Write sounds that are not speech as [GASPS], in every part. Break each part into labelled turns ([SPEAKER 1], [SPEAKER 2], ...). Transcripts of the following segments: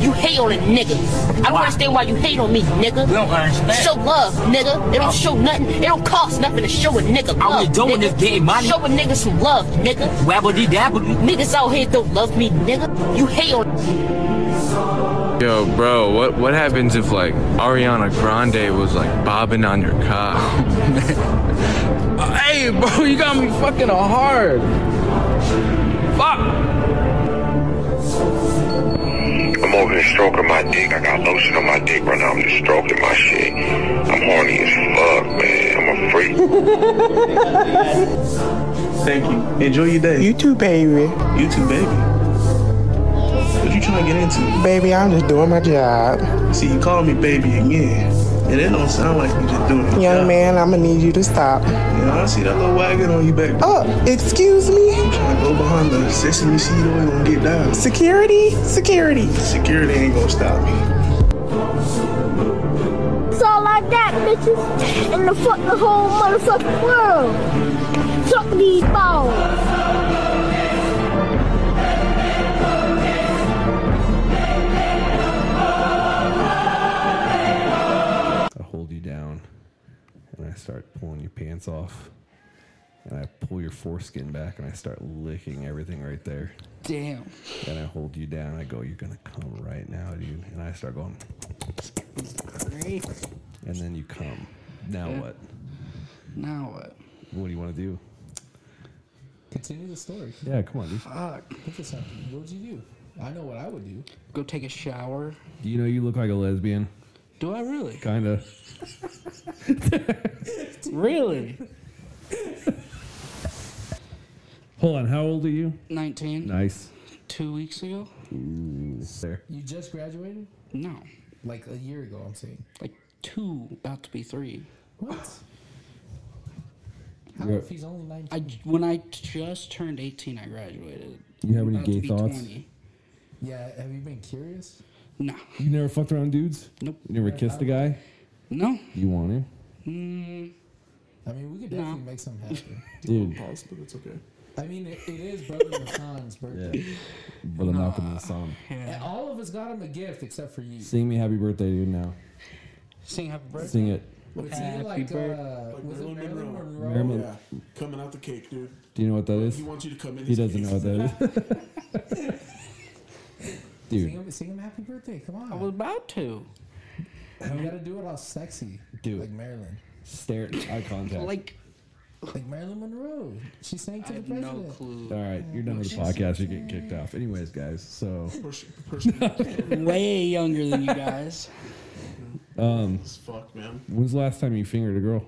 [SPEAKER 1] You hate on a nigga. I don't understand why you hate on me, nigga.
[SPEAKER 2] We don't understand.
[SPEAKER 1] Show love, nigga. It don't show nothing. It don't cost nothing to show a nigga love.
[SPEAKER 2] All we doing
[SPEAKER 1] nigga.
[SPEAKER 2] is getting money.
[SPEAKER 1] Show a nigga some love, nigga.
[SPEAKER 2] Wabbledy dabbledy.
[SPEAKER 1] Niggas out here don't love me, nigga. You hate on.
[SPEAKER 3] Yo, bro, what what happens if like Ariana Grande was like bobbing on your cock? hey, bro, you got me fucking hard. Fuck.
[SPEAKER 4] I'm over here stroking my dick. I got lotion on my dick right now. I'm just stroking my shit. I'm horny as fuck, man. I'm a freak.
[SPEAKER 5] Thank you. Enjoy your day.
[SPEAKER 6] You too, baby.
[SPEAKER 5] You too, baby. What you trying to get into?
[SPEAKER 6] Baby, I'm just doing my job.
[SPEAKER 5] See, you call me baby again. And it don't sound like you just doing it.
[SPEAKER 6] Young man, I'ma need you to stop.
[SPEAKER 5] I see that little wagon on your back.
[SPEAKER 6] Oh, excuse me?
[SPEAKER 5] Trying to go behind the sesame seed oil and get down.
[SPEAKER 6] Security? Security.
[SPEAKER 5] Security ain't gonna stop me.
[SPEAKER 7] It's all like that, bitches. And the fuck the whole motherfucking world. Fuck these balls.
[SPEAKER 8] I hold you down and I start pulling your pants off. And I pull your foreskin back and I start licking everything right there.
[SPEAKER 9] Damn.
[SPEAKER 8] And I hold you down. I go, You're going to come right now, dude. And I start going,
[SPEAKER 9] Great.
[SPEAKER 8] and then you come. Now what?
[SPEAKER 9] Now what?
[SPEAKER 8] What do you want to do?
[SPEAKER 10] Continue the story.
[SPEAKER 8] Yeah, come on, dude.
[SPEAKER 9] Fuck.
[SPEAKER 10] What just happened? What would you do? I know what I would do.
[SPEAKER 9] Go take a shower.
[SPEAKER 8] You know, you look like a lesbian.
[SPEAKER 9] Do I really?
[SPEAKER 8] Kind of.
[SPEAKER 9] Really?
[SPEAKER 8] Hold on. How old are you?
[SPEAKER 9] 19?
[SPEAKER 8] Nice.
[SPEAKER 9] Two weeks ago?
[SPEAKER 8] There.
[SPEAKER 10] You just graduated?
[SPEAKER 9] No.
[SPEAKER 10] Like a year ago, I'm saying.
[SPEAKER 9] Like two, about to be three.
[SPEAKER 10] What? How
[SPEAKER 8] Yeah.
[SPEAKER 10] if he's only 19?
[SPEAKER 9] I when I just turned 18, I graduated.
[SPEAKER 8] You have any
[SPEAKER 9] About to
[SPEAKER 8] gay
[SPEAKER 9] be
[SPEAKER 8] thoughts?
[SPEAKER 9] 20.
[SPEAKER 10] Yeah, have you been curious?
[SPEAKER 9] No.
[SPEAKER 8] You never fucked around dudes?
[SPEAKER 9] Nope.
[SPEAKER 8] You never kissed a guy?
[SPEAKER 9] No.
[SPEAKER 8] You want
[SPEAKER 10] I
[SPEAKER 8] to?
[SPEAKER 10] mean, we could
[SPEAKER 9] No.
[SPEAKER 10] definitely make something happen.
[SPEAKER 8] Dude,
[SPEAKER 10] but it's okay. I mean, it, it is Brother Hassan's birthday.
[SPEAKER 8] brother Malcolm and the song.
[SPEAKER 10] And all of us got him a gift except for you.
[SPEAKER 8] Sing me happy birthday, dude, now.
[SPEAKER 9] Sing happy birthday.
[SPEAKER 8] Sing it.
[SPEAKER 10] It's either
[SPEAKER 9] Happy
[SPEAKER 10] like,
[SPEAKER 9] birth-
[SPEAKER 10] uh, was it
[SPEAKER 5] Marilyn
[SPEAKER 10] Marilyn
[SPEAKER 5] Monroe.
[SPEAKER 10] Monroe?
[SPEAKER 8] Marilyn-
[SPEAKER 5] Yeah, coming out the cake, dude.
[SPEAKER 8] Do you know what that is?
[SPEAKER 5] He wants you to come in.
[SPEAKER 8] He doesn't know what that is.
[SPEAKER 10] [LAUGHS] Sing
[SPEAKER 8] [LAUGHS] dude,
[SPEAKER 10] him, sing him happy birthday. Come
[SPEAKER 9] I
[SPEAKER 10] on.
[SPEAKER 9] was about to.
[SPEAKER 10] You gotta do it all sexy.
[SPEAKER 8] Dude.
[SPEAKER 10] Like Marilyn.
[SPEAKER 8] stare eye contact.
[SPEAKER 9] Like
[SPEAKER 10] Like Marilyn Monroe. She sang to
[SPEAKER 9] I
[SPEAKER 10] the
[SPEAKER 9] have no
[SPEAKER 10] president. Oh,
[SPEAKER 9] clue.
[SPEAKER 8] all right, you're done with the podcast. You're getting kicked off. Anyways, guys, so
[SPEAKER 9] Way younger than you guys. [LAUGHS]
[SPEAKER 5] As fuck, man.
[SPEAKER 8] when's the last time you fingered a girl?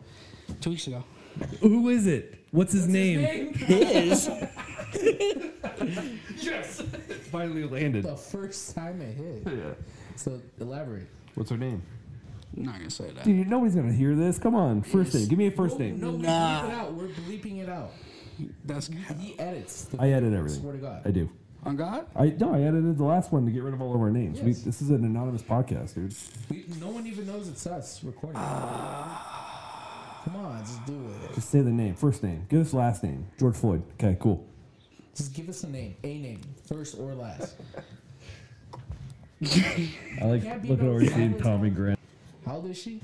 [SPEAKER 9] Two weeks ago.
[SPEAKER 8] Who is it? What's his name?
[SPEAKER 10] [LAUGHS]
[SPEAKER 9] His.
[SPEAKER 8] Finally landed.
[SPEAKER 10] The first time it hit. So elaborate.
[SPEAKER 8] What's her name?
[SPEAKER 9] I'm not gonna say that.
[SPEAKER 8] Dude, nobody's gonna hear this. Come on, first name. Give me a first name.
[SPEAKER 10] No,
[SPEAKER 9] Nah.
[SPEAKER 10] we're bleeping it out. We're bleeping it out.
[SPEAKER 9] That's
[SPEAKER 10] He edits. The
[SPEAKER 8] I edit everything.
[SPEAKER 10] Swear to God.
[SPEAKER 8] I do.
[SPEAKER 9] on God.
[SPEAKER 8] I no, I edited the last one to get rid of all of our names. We,
[SPEAKER 10] Yes.
[SPEAKER 8] this is an anonymous podcast, dude.
[SPEAKER 10] We, no one even knows it's us recording. Come on, just do it.
[SPEAKER 8] Just say the name, first name. Give us last name. George Floyd. Okay, cool.
[SPEAKER 10] Just give us a name, a name, first or last.
[SPEAKER 8] I like
[SPEAKER 10] Can't be looking no over you seeing silence. Tommy
[SPEAKER 8] Grant.
[SPEAKER 10] How old is she?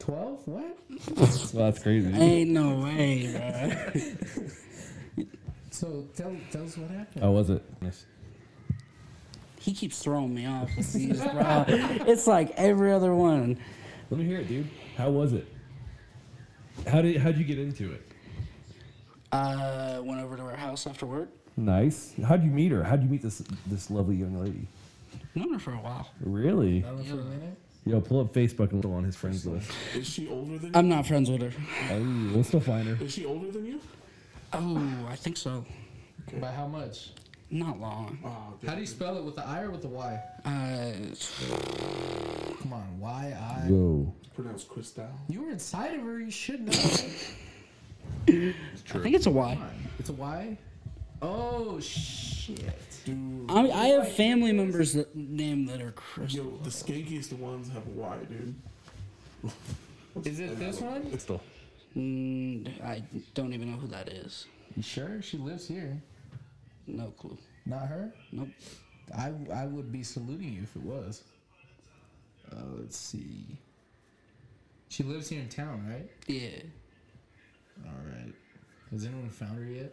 [SPEAKER 10] Twelve? What?
[SPEAKER 8] Well, that's crazy.
[SPEAKER 9] Ain't no way, bro.
[SPEAKER 10] So tell tell us what happened.
[SPEAKER 8] How was it?
[SPEAKER 9] He keeps throwing me off with these, bro. It's like every other one.
[SPEAKER 8] Let me hear it, dude. How was it? How did how'd you get into it?
[SPEAKER 9] Uh, went over to her house after work.
[SPEAKER 8] Nice. How'd you meet her? How'd you meet this this lovely young lady?
[SPEAKER 9] Known her for a while.
[SPEAKER 8] Really?
[SPEAKER 10] Hold on for a minute.
[SPEAKER 8] Yo, pull up Facebook and go on his friends list.
[SPEAKER 5] Is she older than?
[SPEAKER 9] I'm not friends with her.
[SPEAKER 8] Oh, we'll still find her.
[SPEAKER 5] Is she older than you?
[SPEAKER 9] Oh, I think so.
[SPEAKER 10] By how much?
[SPEAKER 9] Not long.
[SPEAKER 5] Oh,
[SPEAKER 10] How do you spell it with the I or with the Y?
[SPEAKER 9] Uh,
[SPEAKER 10] Come on, Y I.
[SPEAKER 8] Yo.
[SPEAKER 5] pronounced Cristal.
[SPEAKER 10] You were inside of her. You should know.
[SPEAKER 9] I think it's a Y.
[SPEAKER 10] it's a Y. Oh shit.
[SPEAKER 9] I, I have family members that name that are Chris.
[SPEAKER 5] Yo, the skankiest ones have a Y, dude.
[SPEAKER 10] Is it this one?
[SPEAKER 8] Still.
[SPEAKER 9] Mm, I don't even know who that is.
[SPEAKER 10] You sure? She lives here.
[SPEAKER 9] No clue.
[SPEAKER 10] Not her?
[SPEAKER 9] Nope.
[SPEAKER 10] I, I would be saluting you if it was. Uh, let's see. She lives here in town, right?
[SPEAKER 9] Yeah.
[SPEAKER 10] All right. Has anyone found her yet?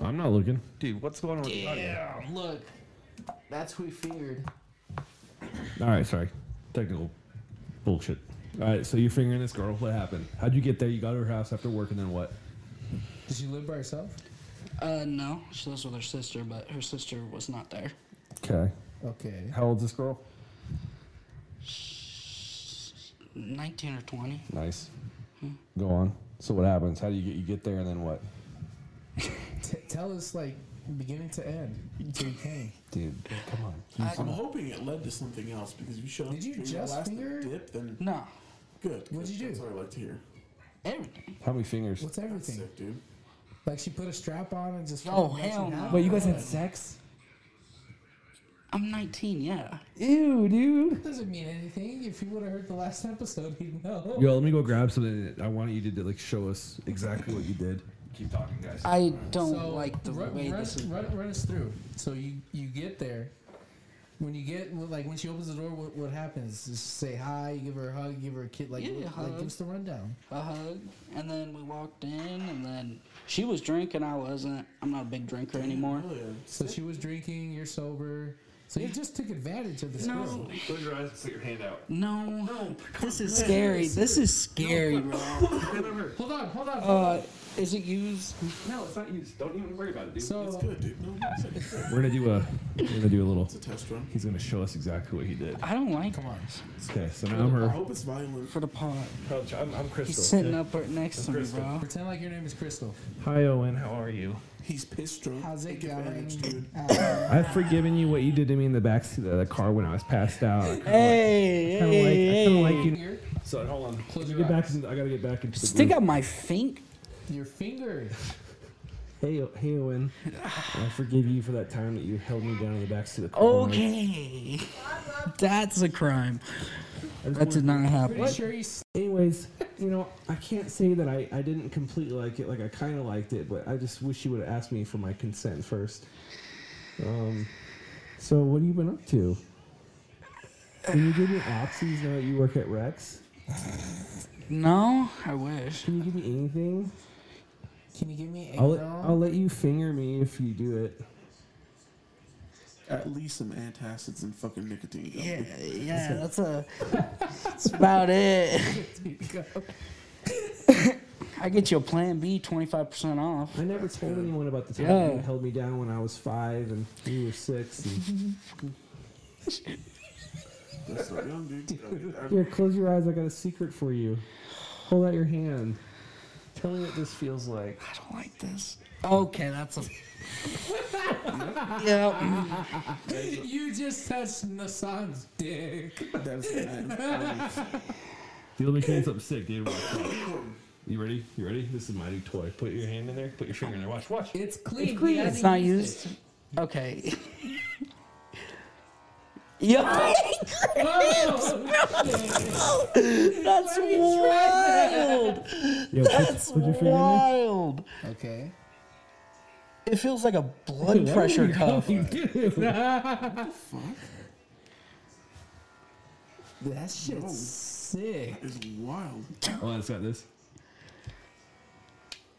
[SPEAKER 8] I'm not looking. Dude, what's going on with the audio?
[SPEAKER 10] Yeah, look. That's who we figured.
[SPEAKER 8] All right, sorry. Technical bullshit. All right, so you're fingering this girl. What happened? How'd you get there? You got to her house after work, and then what?
[SPEAKER 10] Does she live by herself?
[SPEAKER 9] Uh, no. She lives with her sister, but her sister was not there.
[SPEAKER 8] Okay.
[SPEAKER 10] Okay.
[SPEAKER 8] How old's this girl?
[SPEAKER 9] 19 or Hmm. 20.
[SPEAKER 8] Nice. Go on. So what happens? How do you get you get there, and then what?
[SPEAKER 10] T- tell us, like, beginning to end. Until you came.
[SPEAKER 8] Dude, come on.
[SPEAKER 5] I'm hoping it led to something else because you showed.
[SPEAKER 10] Did you
[SPEAKER 5] your
[SPEAKER 10] just
[SPEAKER 5] last
[SPEAKER 10] finger-
[SPEAKER 5] dip? Then
[SPEAKER 9] No.
[SPEAKER 5] good.
[SPEAKER 10] What'd you do?
[SPEAKER 5] That's what I like to hear.
[SPEAKER 9] Everything.
[SPEAKER 8] How many fingers?
[SPEAKER 10] What's everything?
[SPEAKER 5] Sick, dude.
[SPEAKER 10] Like, she put a strap on and just.
[SPEAKER 9] Oh,
[SPEAKER 10] fucking let
[SPEAKER 9] hell no.
[SPEAKER 10] have
[SPEAKER 2] Wait,
[SPEAKER 10] it?
[SPEAKER 2] you guys had sex?
[SPEAKER 9] I'm 19, yeah.
[SPEAKER 2] Ew, dude.
[SPEAKER 10] doesn't mean anything. If you would have heard the last episode, he'd know.
[SPEAKER 8] Yo, let me go grab something. I want you to like show us exactly what you did. Keep talking, guys.
[SPEAKER 9] I don't
[SPEAKER 10] So,
[SPEAKER 9] like the
[SPEAKER 10] run,
[SPEAKER 9] way
[SPEAKER 10] run,
[SPEAKER 9] this is.
[SPEAKER 10] Run, run us through. So you you get there. When you get well, like when she opens the door, what, what happens? Just say hi, you give her a hug, you give her a kid, like,
[SPEAKER 9] Yeah,
[SPEAKER 10] like,
[SPEAKER 9] hug.
[SPEAKER 10] give us the rundown.
[SPEAKER 9] a hug, and then we walked in, and then she was drinking. I wasn't. I'm not a big drinker anymore.
[SPEAKER 10] So she was drinking, you're sober. So you just took advantage of this girl.
[SPEAKER 9] No,
[SPEAKER 8] Close your eyes and put your hand out.
[SPEAKER 9] no, this is scary. This is scary,
[SPEAKER 8] [LAUGHS]
[SPEAKER 9] bro.
[SPEAKER 10] Hold on, hold on.
[SPEAKER 9] Uh, is it used?
[SPEAKER 8] No, it's not used. Don't even worry about it, dude.
[SPEAKER 10] so
[SPEAKER 5] Good, dude. No, it's a- it's
[SPEAKER 8] we're gonna do a we're gonna do a little.
[SPEAKER 5] a test run.
[SPEAKER 8] He's gonna show us exactly what he did.
[SPEAKER 9] I don't like
[SPEAKER 10] come on.
[SPEAKER 8] Okay, so now I'm
[SPEAKER 5] I
[SPEAKER 8] her.
[SPEAKER 5] hope it's violent.
[SPEAKER 9] for the pod.
[SPEAKER 8] I'm, I'm
[SPEAKER 9] He's
[SPEAKER 8] Crystal.
[SPEAKER 9] sitting up right next to me, bro.
[SPEAKER 10] Pretend like your name is Crystal.
[SPEAKER 8] Hi, Owen. How are you?
[SPEAKER 5] He's pissed drunk.
[SPEAKER 10] How's it
[SPEAKER 5] Take advantage,
[SPEAKER 10] going?
[SPEAKER 5] dude.
[SPEAKER 10] Uh,
[SPEAKER 8] I've forgiven you what you did to me in the backseat of the car when I was passed out. I kinda
[SPEAKER 9] Hey,
[SPEAKER 8] like, I
[SPEAKER 9] hey,
[SPEAKER 8] kinda
[SPEAKER 9] hey.
[SPEAKER 8] like you.
[SPEAKER 10] your,
[SPEAKER 8] So hold on.
[SPEAKER 10] Close
[SPEAKER 8] Get
[SPEAKER 10] your
[SPEAKER 8] back into- I gotta get back into the
[SPEAKER 9] Stick
[SPEAKER 8] groove.
[SPEAKER 9] out my fink.
[SPEAKER 10] your finger.
[SPEAKER 8] Hey, O- hey, Owen. I forgive you for that time that you held me down in the backseat of the car. when I-
[SPEAKER 9] Okay, that's a crime.
[SPEAKER 8] I just
[SPEAKER 9] That did
[SPEAKER 8] wanted-
[SPEAKER 9] not happen.
[SPEAKER 10] Pretty sure you s-
[SPEAKER 8] Anyways, you know, I can't say that I, I didn't completely like it. Like I kind of liked it, but I just wish you would have asked me for my consent first. Um, so what have you been up to? Can you give me opsies now that you work at Rex?
[SPEAKER 9] No, I wish.
[SPEAKER 8] Can you give me anything?
[SPEAKER 10] Can you give me a
[SPEAKER 8] I'll let, I'll let you finger me if you do it.
[SPEAKER 5] At least some antacids and fucking nicotine. though.
[SPEAKER 9] Yeah, yeah, that's a. That's about it. I get you a Plan B, twenty five percent off.
[SPEAKER 8] I never told anyone about the time
[SPEAKER 9] Yeah.
[SPEAKER 8] you held me down when I was five and you were six.
[SPEAKER 10] [LAUGHS]
[SPEAKER 8] And
[SPEAKER 5] That's not young, dude. I mean,
[SPEAKER 8] here, close your eyes. I got a secret for you. Hold out your hand. Tell me what this feels like.
[SPEAKER 9] I don't like this. Okay, that's a. yep.
[SPEAKER 10] You just touched Nassan's dick.
[SPEAKER 5] I- that's not-
[SPEAKER 8] Deal me hands up sick, dude. Watch, watch. You ready? You ready? This is my new toy. Put your hand in there. Put your finger in there. Watch, watch.
[SPEAKER 10] It's clean. It's
[SPEAKER 9] It's not used. Okay. Yo, that's wild.
[SPEAKER 8] Yo,
[SPEAKER 9] That's wild.
[SPEAKER 10] Okay.
[SPEAKER 9] It feels like a blood pressure cuff.
[SPEAKER 10] That shit's sick.
[SPEAKER 5] It's wild.
[SPEAKER 8] Oh, it's got this.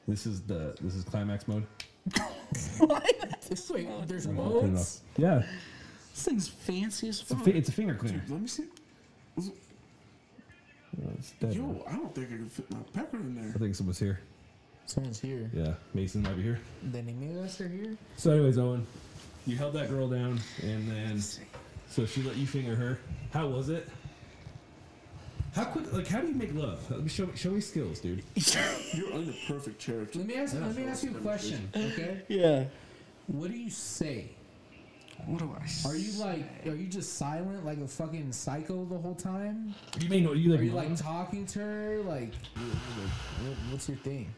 [SPEAKER 8] This is the this is climax mode.
[SPEAKER 10] Wait, there's
[SPEAKER 8] Turn it
[SPEAKER 10] modes?
[SPEAKER 8] off. Yeah,
[SPEAKER 9] This thing's fancy as
[SPEAKER 8] it's a,
[SPEAKER 9] fuck.
[SPEAKER 8] fi- it's a finger cleaner.
[SPEAKER 5] Let me see.
[SPEAKER 8] Oh, it's dead.
[SPEAKER 5] Yo, I don't think I can fit my pecker in there.
[SPEAKER 8] I think someone's here.
[SPEAKER 10] Someone's here.
[SPEAKER 8] Yeah, Mason might be here.
[SPEAKER 10] The enemigos are here?
[SPEAKER 8] So, anyways, Owen, you held that girl down, and then so she let you finger her. How was it? How quick? Like, how do you make love? Let me show, show me skills, dude.
[SPEAKER 5] You're under perfect character.
[SPEAKER 10] Let me ask, let me ask you a question, okay?
[SPEAKER 9] Yeah.
[SPEAKER 10] What do you say?
[SPEAKER 9] What do I?
[SPEAKER 10] Are you like, are you just silent like a fucking psycho the whole time?
[SPEAKER 8] You may know you like.
[SPEAKER 10] Are you like talking to her? Like, what- what's your thing?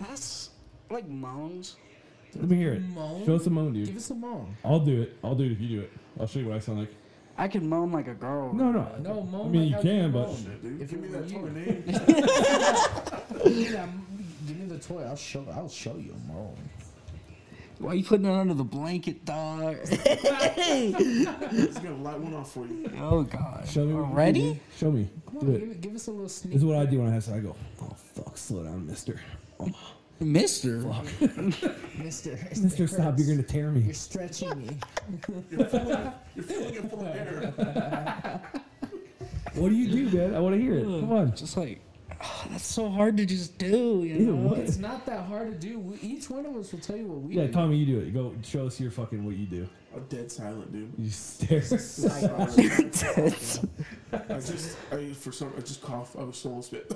[SPEAKER 9] That's like moans.
[SPEAKER 8] Let me hear it.
[SPEAKER 10] Moan?
[SPEAKER 8] Show us a moan,
[SPEAKER 10] Give
[SPEAKER 8] dude.
[SPEAKER 10] us a moan.
[SPEAKER 8] I'll do it. I'll do it if you do it. I'll show you what I sound like.
[SPEAKER 9] I can moan like a girl.
[SPEAKER 8] No, no.
[SPEAKER 10] No, moan. like
[SPEAKER 8] mean, you
[SPEAKER 10] how
[SPEAKER 8] can, but-
[SPEAKER 10] moan.
[SPEAKER 5] Dude,
[SPEAKER 10] If
[SPEAKER 5] give me
[SPEAKER 10] it were
[SPEAKER 5] that
[SPEAKER 10] you.
[SPEAKER 5] fucking name.
[SPEAKER 10] Give me that- give me the toy. I'll show. I'll show you a mole.
[SPEAKER 9] Why you putting it under the blanket, dog?
[SPEAKER 5] He's gonna light one off for you.
[SPEAKER 9] oh god.
[SPEAKER 8] Show me what you
[SPEAKER 9] Already?
[SPEAKER 8] do. Show me.
[SPEAKER 10] Come
[SPEAKER 8] Do
[SPEAKER 10] on,
[SPEAKER 8] it.
[SPEAKER 10] give, it- give us a little sneak.
[SPEAKER 8] This is what I do when I have sex. I go, oh fuck, slow down, Mister. Oh,
[SPEAKER 9] Mister.
[SPEAKER 10] Mister.
[SPEAKER 8] Mister, stop! You're gonna tear me.
[SPEAKER 10] You're stretching me.
[SPEAKER 5] You're filling it full of air.
[SPEAKER 8] What do you do, man? I want to hear it. Come on.
[SPEAKER 9] Just like ah, that's so hard to just do, you know.
[SPEAKER 10] It's not that hard to do. We, each one of us will tell you what we
[SPEAKER 8] Yeah,
[SPEAKER 10] do.
[SPEAKER 8] Tommy, you do it. You go show us your fucking what you do.
[SPEAKER 5] I'm dead silent, dude.
[SPEAKER 8] You stare. [LAUGHS]
[SPEAKER 5] I just, I for some, I just cough. I was so spit.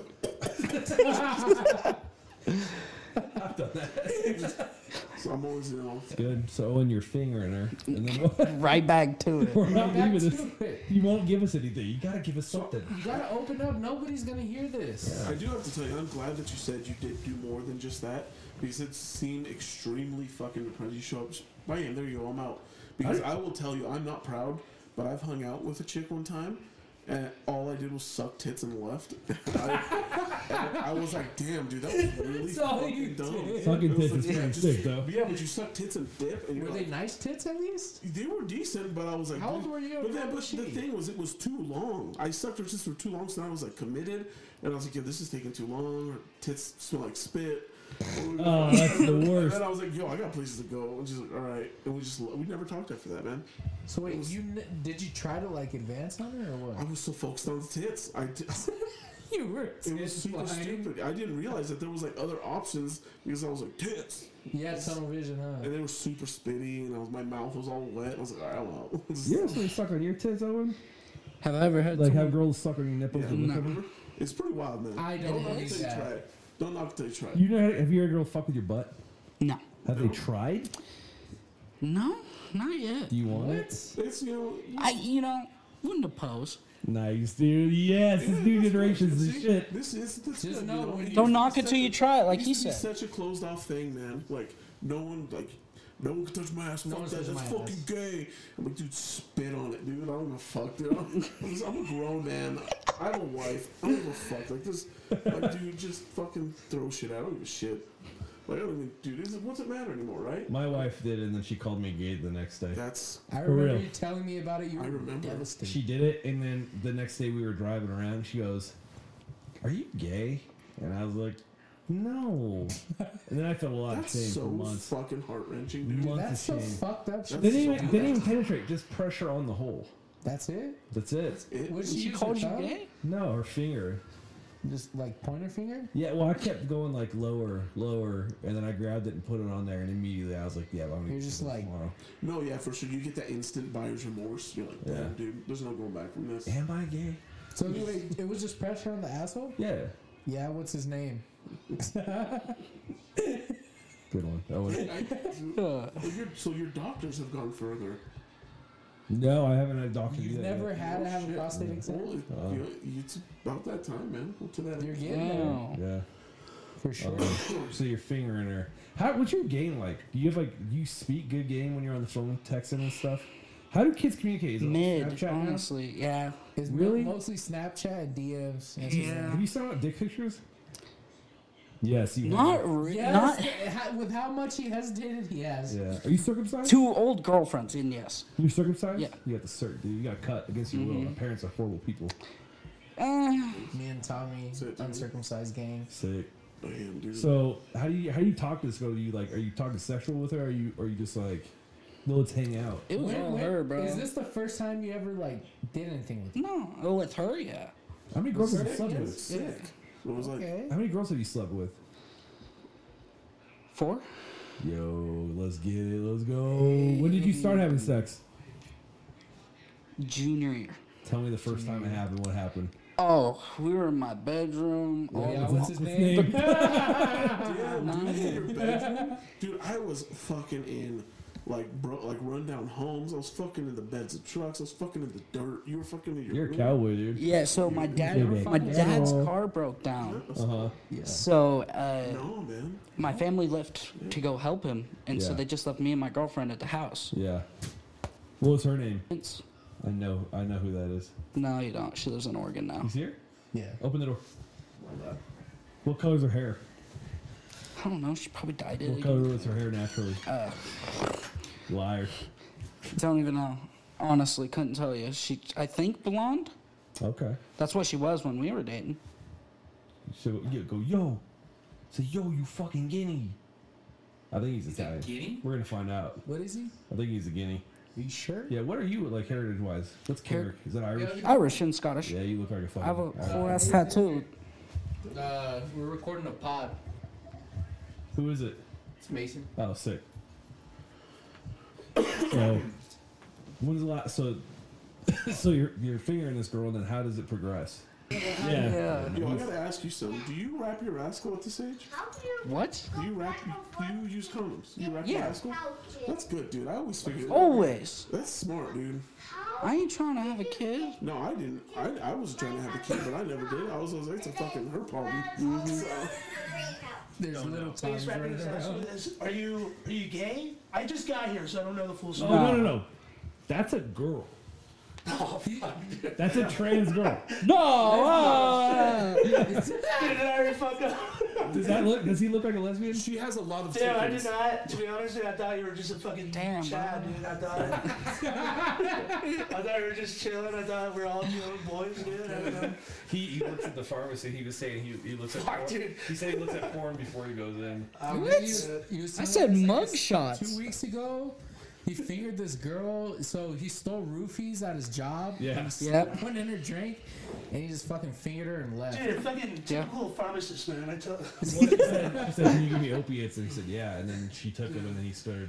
[SPEAKER 5] so I'm always in all.
[SPEAKER 8] Good. So on your finger in her, and then we'll-
[SPEAKER 9] Right back to it.
[SPEAKER 8] we're not
[SPEAKER 10] Back
[SPEAKER 8] leaving this.
[SPEAKER 10] to it.
[SPEAKER 8] You won't give us anything. You gotta give us something.
[SPEAKER 10] You gotta open up. Nobody's gonna hear this.
[SPEAKER 5] I do have to tell you, I'm glad that you said you did do more than just that because it seemed extremely fucking depressing. You show up, just, bam, there you go, I'm out. Because I, will tell you, I'm not proud, but I've hung out with a chick one time, and all I did was suck tits and left. [LAUGHS] I, and I was like, damn, dude, that was
[SPEAKER 10] [LAUGHS]
[SPEAKER 5] really
[SPEAKER 10] all
[SPEAKER 5] fucking
[SPEAKER 10] you
[SPEAKER 5] dumb.
[SPEAKER 10] did.
[SPEAKER 8] Fucking
[SPEAKER 5] It was
[SPEAKER 8] tits
[SPEAKER 5] like,
[SPEAKER 8] is pretty
[SPEAKER 5] just-
[SPEAKER 8] sick, though.
[SPEAKER 5] Yeah, but you suck tits and dip, and you're
[SPEAKER 10] Were
[SPEAKER 5] like,
[SPEAKER 10] they nice tits at least?
[SPEAKER 5] they were decent, but I was like,
[SPEAKER 10] How old
[SPEAKER 5] dude-
[SPEAKER 10] were you?
[SPEAKER 5] But,
[SPEAKER 10] How
[SPEAKER 5] then,
[SPEAKER 10] old
[SPEAKER 5] but
[SPEAKER 10] was
[SPEAKER 5] the
[SPEAKER 10] she?
[SPEAKER 5] thing was, it was too long. I sucked her tits for too long, so then I was like committed, and I was like, yeah, this is taking too long. Her tits smell like spit.
[SPEAKER 8] Oh, that's the
[SPEAKER 5] and
[SPEAKER 8] worst.
[SPEAKER 5] then I was like, yo, I got places to go. And she's like, all right, and we just we never talked after that, man.
[SPEAKER 10] So wait, you n- did you try to like advance on her or
[SPEAKER 5] I
[SPEAKER 10] what?
[SPEAKER 5] was so focused on the tits, I did, [LAUGHS]
[SPEAKER 10] [LAUGHS] You were.
[SPEAKER 5] it was super stupid. I didn't realize that there was like other options because I was like tits,
[SPEAKER 10] You had tunnel vision, huh?
[SPEAKER 5] and they were super spitty, and I was my mouth was all wet. I was like, all right, I'm out. [LAUGHS]
[SPEAKER 8] You ever suck on your tits, Owen?
[SPEAKER 9] Have I ever had
[SPEAKER 8] Like have girls suck on your nipples? and
[SPEAKER 5] Yeah,
[SPEAKER 8] look at them?
[SPEAKER 5] remember? It's pretty wild, man.
[SPEAKER 10] I
[SPEAKER 5] Don't
[SPEAKER 10] don't
[SPEAKER 5] knock
[SPEAKER 10] do
[SPEAKER 5] until you
[SPEAKER 10] that.
[SPEAKER 5] try it. Don't knock until you try it.
[SPEAKER 8] You know, how- have you ever a girl fuck with your butt?
[SPEAKER 9] No.
[SPEAKER 8] Have they tried?
[SPEAKER 9] No, not yet.
[SPEAKER 8] Do you want it?
[SPEAKER 5] It's you know
[SPEAKER 9] I you know, wouldn't oppose.
[SPEAKER 8] Nice, dude. Yes, this new
[SPEAKER 5] [LAUGHS]
[SPEAKER 8] generation's the
[SPEAKER 5] see,
[SPEAKER 8] shit.
[SPEAKER 5] This is this
[SPEAKER 10] Just
[SPEAKER 5] is
[SPEAKER 10] know when you-
[SPEAKER 9] Don't knock it till you try it, like he
[SPEAKER 5] It's
[SPEAKER 9] said.
[SPEAKER 5] such a closed off thing, man. Like no one like no one can touch my ass. Fuck
[SPEAKER 10] one
[SPEAKER 5] that.
[SPEAKER 10] touches
[SPEAKER 5] That's
[SPEAKER 10] my
[SPEAKER 5] fucking
[SPEAKER 10] ass.
[SPEAKER 5] gay. I'm like, dude, spit on it, dude. I don't give a fuck, dude. I'm, I'm just- I'm a grown man. I have a wife. I don't give a fuck. Like this, like dude, just fucking throw shit out. I don't give a shit. Like I don't even, dude. Is it, what's it matter anymore, right?
[SPEAKER 8] My wife did, and then she called me gay the next day.
[SPEAKER 5] That's
[SPEAKER 10] I remember
[SPEAKER 8] real.
[SPEAKER 10] you telling me about it. You
[SPEAKER 5] I
[SPEAKER 10] were
[SPEAKER 5] remember.
[SPEAKER 10] devastated.
[SPEAKER 8] She did it, and then the next day we were driving around. She goes, "Are you gay?" And I was like, "No." And then I felt a lot of
[SPEAKER 5] that's
[SPEAKER 8] shame for
[SPEAKER 5] so
[SPEAKER 8] months.
[SPEAKER 5] fucking heart wrenching, dude.
[SPEAKER 8] Months
[SPEAKER 10] That's so
[SPEAKER 8] of shame.
[SPEAKER 10] fucked up. She
[SPEAKER 8] They
[SPEAKER 10] was-
[SPEAKER 8] didn't, even, they didn't even penetrate. Just pressure on the hole.
[SPEAKER 10] That's it.
[SPEAKER 8] That's it.
[SPEAKER 5] It-
[SPEAKER 10] What
[SPEAKER 9] She
[SPEAKER 10] use her
[SPEAKER 9] called you
[SPEAKER 10] thumb?
[SPEAKER 9] gay?
[SPEAKER 8] No, her finger.
[SPEAKER 10] Just like pointer finger.
[SPEAKER 8] Yeah, well, I kept going like lower, lower, and then I grabbed it and put it on there, and immediately I was like, "Yeah, but I'm gonna
[SPEAKER 10] You're
[SPEAKER 8] get
[SPEAKER 10] just
[SPEAKER 8] this
[SPEAKER 10] like-
[SPEAKER 8] tomorrow.
[SPEAKER 5] No, yeah, for sure. You get that instant buyer's remorse. You're like, damn,
[SPEAKER 8] Yeah.
[SPEAKER 5] dude, there's no going back from this.
[SPEAKER 8] am I gay?"
[SPEAKER 10] So anyway, it was just pressure on the asshole.
[SPEAKER 8] Yeah,
[SPEAKER 10] Yeah. What's his name?
[SPEAKER 8] good one.
[SPEAKER 10] [LAUGHS]
[SPEAKER 8] That was-
[SPEAKER 5] Well, your- so your doctors have gone further.
[SPEAKER 8] No, I haven't had a doctor.
[SPEAKER 10] You've
[SPEAKER 8] do that yet.
[SPEAKER 10] never had to have a
[SPEAKER 5] Shit.
[SPEAKER 10] prostate
[SPEAKER 5] Well,
[SPEAKER 10] exam.
[SPEAKER 5] it-
[SPEAKER 8] Uh-huh.
[SPEAKER 5] you know, it's about that time, man. Up to that.
[SPEAKER 10] You're
[SPEAKER 5] age.
[SPEAKER 10] getting there
[SPEAKER 9] No.
[SPEAKER 8] Yeah. Um,
[SPEAKER 10] for sure.
[SPEAKER 8] So your finger in her. How? What's your game like? Do you have like? Do you speak good game when you're on the phone texting and stuff? How do kids communicate? Is it on
[SPEAKER 9] Mid,
[SPEAKER 8] Snapchat now?
[SPEAKER 9] honestly, yeah.
[SPEAKER 10] It's
[SPEAKER 8] Really?
[SPEAKER 10] really mostly Snapchat and DMs.
[SPEAKER 9] Yeah.
[SPEAKER 8] Have you sent out dick pictures? Yes, you.
[SPEAKER 9] Not
[SPEAKER 8] have.
[SPEAKER 9] re-
[SPEAKER 10] Yes,
[SPEAKER 9] not
[SPEAKER 10] ha- with how much he hesitated, he has.
[SPEAKER 8] Yeah. Are you circumcised?
[SPEAKER 9] two old girlfriends in yes.
[SPEAKER 8] You're circumcised.
[SPEAKER 9] Yeah. Mm-hmm.
[SPEAKER 8] You got the cert, dude. You got cut against your will. My parents are horrible people.
[SPEAKER 9] Uh,
[SPEAKER 10] Me and Tommy,
[SPEAKER 5] So it-
[SPEAKER 10] uncircumcised gang.
[SPEAKER 8] Sick.
[SPEAKER 5] Damn, dude.
[SPEAKER 8] So how do you how do you talk to this girl? Do you like? Are you talking sexual with her? Or are you are you just like, no, let's hang out?
[SPEAKER 9] it was
[SPEAKER 10] When-
[SPEAKER 9] all
[SPEAKER 10] when-
[SPEAKER 9] her, bro.
[SPEAKER 10] Is this the first time you ever like did anything with?
[SPEAKER 9] no, oh, with her, yeah.
[SPEAKER 8] How many girls have you
[SPEAKER 5] Sick,
[SPEAKER 8] slept
[SPEAKER 5] dude,
[SPEAKER 8] with?
[SPEAKER 5] sick. It was like,
[SPEAKER 10] Okay.
[SPEAKER 8] How many girls have you slept with?
[SPEAKER 9] Four?
[SPEAKER 8] Yo, let's get it. Let's go. When did you start having sex?
[SPEAKER 9] Junior year.
[SPEAKER 8] Tell me the first time it happened. What happened?
[SPEAKER 9] Oh, we were in my bedroom. Oh, all
[SPEAKER 10] Yeah, what's
[SPEAKER 9] [LAUGHS]
[SPEAKER 10] his name?
[SPEAKER 5] damn, dude, your bedroom? dude, I was fucking in like bro, like rundown homes. I was fucking in the beds of trucks. I was fucking in the dirt. You were fucking in your.
[SPEAKER 8] You're a
[SPEAKER 5] room.
[SPEAKER 8] cowboy, dude.
[SPEAKER 9] Yeah, so my dad,
[SPEAKER 8] baby.
[SPEAKER 9] my dad's
[SPEAKER 8] Hello.
[SPEAKER 9] car broke down.
[SPEAKER 8] Uh huh.
[SPEAKER 9] So uh,
[SPEAKER 5] No, man.
[SPEAKER 9] my family left to go help him, and so
[SPEAKER 8] Yeah.
[SPEAKER 9] they just left me and my girlfriend at the house.
[SPEAKER 8] Yeah. What was her name?
[SPEAKER 9] It's-
[SPEAKER 8] I know. I know who that is.
[SPEAKER 9] No, you don't. She lives in Oregon now.
[SPEAKER 8] He's here.
[SPEAKER 10] Yeah.
[SPEAKER 8] Open the door. What color's her hair?
[SPEAKER 9] I don't know. She probably dyed
[SPEAKER 8] What
[SPEAKER 9] it.
[SPEAKER 8] color was her hair naturally?
[SPEAKER 9] Uh,
[SPEAKER 8] Liar.
[SPEAKER 9] don't even know. Honestly, couldn't tell you. She, I think, blonde.
[SPEAKER 8] Okay.
[SPEAKER 9] That's what she was when we were dating.
[SPEAKER 8] So yeah, go yo. Say yo, you fucking guinea. I think he's Italian.
[SPEAKER 11] guinea?
[SPEAKER 8] We're gonna find out.
[SPEAKER 10] What is he?
[SPEAKER 8] I think he's a guinea.
[SPEAKER 10] Are you sure?
[SPEAKER 8] Yeah. What are you like heritage wise? What's Carrick? Is that Irish?
[SPEAKER 9] Irish and Scottish.
[SPEAKER 8] Yeah, you look like a fucking.
[SPEAKER 9] I have a
[SPEAKER 8] Irish.
[SPEAKER 9] whole ass tattoo.
[SPEAKER 11] Uh, we're recording a pod.
[SPEAKER 8] Who is it?
[SPEAKER 11] It's Mason.
[SPEAKER 8] Oh, sick. [COUGHS] so, when's the last? So, [COUGHS] so you're you're fingering this girl, and then how does it progress? Yeah.
[SPEAKER 5] Yo,
[SPEAKER 9] Mm-hmm.
[SPEAKER 5] I gotta ask you something. Do you wrap your rascal at this age?
[SPEAKER 9] What?
[SPEAKER 5] Do you wrap? Do you use condoms? You wrap your
[SPEAKER 9] Yeah.
[SPEAKER 5] rascal? That's good, dude. I always figured.
[SPEAKER 9] Always.
[SPEAKER 5] That's smart, dude.
[SPEAKER 9] I ain't trying to have a kid.
[SPEAKER 5] No, I didn't. I, I was trying to have a kid, but I never did. I was always like, it's a fucking her problem.
[SPEAKER 9] Mm-hmm.
[SPEAKER 5] So,
[SPEAKER 10] There's little times right there.
[SPEAKER 12] Are you are you gay? I just got here, so I don't know the full
[SPEAKER 8] Oh
[SPEAKER 12] story.
[SPEAKER 8] no no no, that's
[SPEAKER 12] [LAUGHS]
[SPEAKER 8] a girl.
[SPEAKER 12] Oh,
[SPEAKER 8] That's a trans girl. No. ah. [LAUGHS]
[SPEAKER 12] Did I already fuck up? [LAUGHS]
[SPEAKER 8] Does that look? Does he look like a lesbian?
[SPEAKER 5] she has a lot of.
[SPEAKER 12] Damn, I
[SPEAKER 5] symptoms.
[SPEAKER 12] did not. To be honest, with you, I thought you were just a fucking
[SPEAKER 9] Damn,
[SPEAKER 12] Chad, dude. I thought. [LAUGHS] I thought you were just chilling. I thought we were all chilling boys, dude. I don't know.
[SPEAKER 11] He, he works at the pharmacy. He was saying he, he looks at
[SPEAKER 12] Fuck, dude.
[SPEAKER 11] He said he looks at porn before he goes in.
[SPEAKER 10] What? You, you
[SPEAKER 9] I
[SPEAKER 10] saw
[SPEAKER 9] said
[SPEAKER 10] this, I
[SPEAKER 9] mug
[SPEAKER 10] guess,
[SPEAKER 9] shots.
[SPEAKER 10] Two weeks ago, he fingered this girl. So he stole roofies at his job.
[SPEAKER 8] Yeah.
[SPEAKER 10] And he
[SPEAKER 9] Yep.
[SPEAKER 10] Put in her drink, and he just fucking fingered her and left.
[SPEAKER 12] Dude, fucking
[SPEAKER 9] Yeah.
[SPEAKER 12] typical pharmacist, man. I [LAUGHS] tell.
[SPEAKER 8] He said, "Can you give me opiates?" And he said, "Yeah." And then she took him, and then he started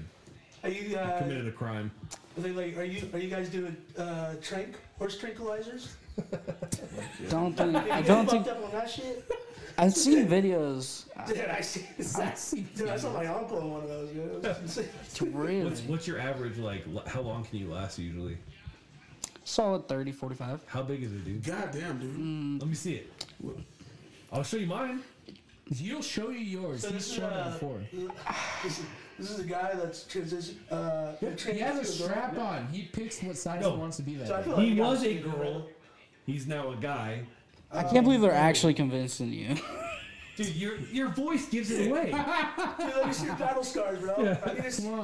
[SPEAKER 12] Are you? Uh,
[SPEAKER 8] committed a crime.
[SPEAKER 12] are they like? Are you? Are you guys doing uh, trank horse
[SPEAKER 8] [LAUGHS]
[SPEAKER 12] tranquilizers?
[SPEAKER 9] Don't think. I
[SPEAKER 12] You
[SPEAKER 9] don't
[SPEAKER 12] fucked
[SPEAKER 9] think.
[SPEAKER 12] up on that shit.
[SPEAKER 9] I've seen videos. Uh,
[SPEAKER 12] [LAUGHS] Dude, I see.
[SPEAKER 10] I see.
[SPEAKER 12] Dude, I saw my uncle in one of those. Dude. It
[SPEAKER 9] [LAUGHS]
[SPEAKER 12] was [LAUGHS] insane.
[SPEAKER 9] It's really
[SPEAKER 8] What's what's your average like? l- How long can you last usually?
[SPEAKER 9] solid Mm. 30, 45.
[SPEAKER 8] How big is it, dude?
[SPEAKER 5] God damn, dude.
[SPEAKER 8] Let me see it. I'll show you mine.
[SPEAKER 10] He'll show you yours.
[SPEAKER 12] So
[SPEAKER 10] He's
[SPEAKER 12] this is,
[SPEAKER 10] shown it
[SPEAKER 12] uh,
[SPEAKER 10] before.
[SPEAKER 12] this, is, this is a guy that's transition. Uh,
[SPEAKER 10] He has a strap
[SPEAKER 12] on.
[SPEAKER 10] on. He picks what size
[SPEAKER 8] No.
[SPEAKER 10] he wants to be that.
[SPEAKER 12] So I
[SPEAKER 10] day.
[SPEAKER 12] feel like
[SPEAKER 8] He
[SPEAKER 12] I got
[SPEAKER 8] was a
[SPEAKER 12] skinny,
[SPEAKER 8] girl.
[SPEAKER 12] right?
[SPEAKER 8] He's now a guy.
[SPEAKER 9] I can't believe they're actually convincing you.
[SPEAKER 8] Dude, your your voice gives it away. [LAUGHS]
[SPEAKER 12] Dude, let me see your battle scars, bro. I mean, it's,
[SPEAKER 10] Come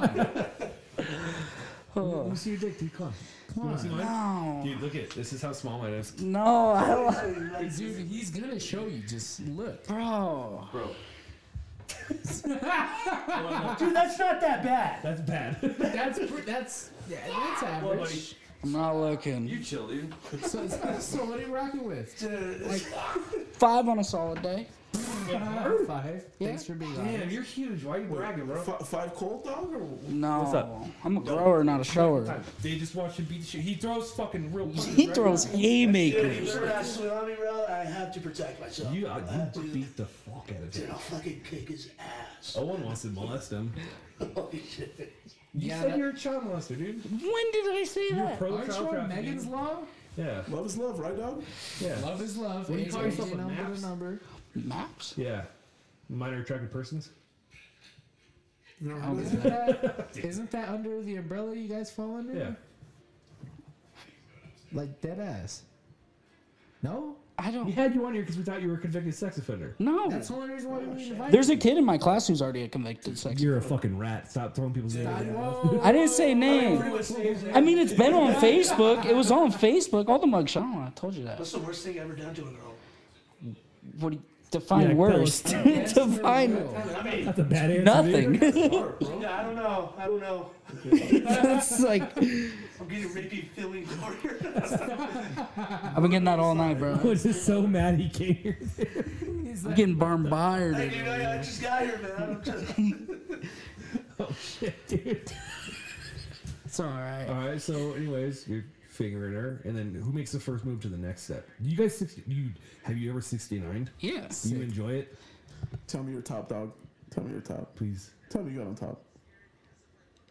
[SPEAKER 10] on.
[SPEAKER 8] Let me see your dick, dude. Come on. You wanna see mine? Dude, look at this. Is how small mine is,
[SPEAKER 9] No, I don't.
[SPEAKER 12] like,
[SPEAKER 10] Dude, he's gonna show you. Just look.
[SPEAKER 9] [LAUGHS] Bro.
[SPEAKER 8] bro.
[SPEAKER 12] dude, that's not that bad.
[SPEAKER 8] [LAUGHS] That's bad.
[SPEAKER 10] That's pr- that's yeah, that's average.
[SPEAKER 9] I'm not looking.
[SPEAKER 11] You chill, dude.
[SPEAKER 10] So, so what are you rocking with?
[SPEAKER 12] Dude, it's-
[SPEAKER 9] Five on a solid day.
[SPEAKER 10] Five. Thanks for being honest.
[SPEAKER 8] Damn, you're huge. Why are you bragging, bro?
[SPEAKER 5] F- five cold dog or what?
[SPEAKER 9] No.
[SPEAKER 8] up?
[SPEAKER 9] I'm a grower, not a shower.
[SPEAKER 8] They just watch him beat the shit. He throws fucking real. punches
[SPEAKER 9] He
[SPEAKER 8] right
[SPEAKER 9] throws haymakers.
[SPEAKER 12] Remember that tsunami, bro? I have to protect
[SPEAKER 8] now.
[SPEAKER 12] myself.
[SPEAKER 8] You,
[SPEAKER 12] I
[SPEAKER 8] uh,
[SPEAKER 12] have
[SPEAKER 8] you
[SPEAKER 12] to-
[SPEAKER 8] beat the fuck out of
[SPEAKER 12] Dude,
[SPEAKER 8] him.
[SPEAKER 12] I'll fucking kick his ass.
[SPEAKER 8] Owen wants to molest him.
[SPEAKER 12] Holy shit.
[SPEAKER 8] You
[SPEAKER 10] Yeah,
[SPEAKER 8] said
[SPEAKER 10] that-
[SPEAKER 8] you're a child molester, dude.
[SPEAKER 9] When did I say
[SPEAKER 8] You're
[SPEAKER 9] that?
[SPEAKER 8] pro
[SPEAKER 10] Aren't
[SPEAKER 8] child
[SPEAKER 10] you on
[SPEAKER 8] trafficking.
[SPEAKER 10] Megan's Law?
[SPEAKER 8] Yeah,
[SPEAKER 5] Love is love, right, dog?
[SPEAKER 8] yeah,
[SPEAKER 10] Love is love.
[SPEAKER 8] What do you
[SPEAKER 10] Age-
[SPEAKER 8] call yourself,
[SPEAKER 10] age
[SPEAKER 8] a
[SPEAKER 10] number to
[SPEAKER 8] maps?
[SPEAKER 10] number.
[SPEAKER 9] Maps?
[SPEAKER 8] yeah. Minor attracted persons.
[SPEAKER 10] Isn't that, isn't that under the umbrella you guys fall under?
[SPEAKER 8] Yeah.
[SPEAKER 10] Like dead ass. No,
[SPEAKER 9] I
[SPEAKER 8] We
[SPEAKER 9] don't.
[SPEAKER 8] had you on here because we thought you were a convicted sex offender.
[SPEAKER 9] No. Oh,
[SPEAKER 10] that's the only reason why we were invited.
[SPEAKER 9] There's a kid in my class who's already a convicted sex.
[SPEAKER 8] You're a fucking rat. Stop throwing people's names.
[SPEAKER 10] I-
[SPEAKER 8] out. [LAUGHS]
[SPEAKER 10] whoa.
[SPEAKER 9] I didn't say name. I mean, it's been on Facebook. It was on Facebook. All the mugshot. I told you that.
[SPEAKER 12] What's the worst thing ever done to a girl?
[SPEAKER 9] What do you define
[SPEAKER 8] Yeah,
[SPEAKER 9] worst? [LAUGHS] define
[SPEAKER 12] I mean,
[SPEAKER 8] That's a bad answer.
[SPEAKER 9] nothing.
[SPEAKER 8] dude.
[SPEAKER 12] yeah, I don't know. I don't know.
[SPEAKER 9] it's like
[SPEAKER 12] I'm getting rapey feeling for you.
[SPEAKER 9] I've been getting that all night, bro.
[SPEAKER 8] [LAUGHS] I was just so mad he came here. [LAUGHS]
[SPEAKER 9] I'm getting bombarded.
[SPEAKER 12] Hey, dude, I, I just got here, man. I'm just,
[SPEAKER 8] Oh shit, dude.
[SPEAKER 9] It's all right.
[SPEAKER 8] All right. So, anyways, you're fingering her, and then who makes the first move to the next step? You guys, 60, you have you ever 69?
[SPEAKER 9] Yes.
[SPEAKER 8] Do you enjoy it?
[SPEAKER 5] Tell me your top, dog. Tell me your top.
[SPEAKER 8] Please.
[SPEAKER 5] Tell me you got on top.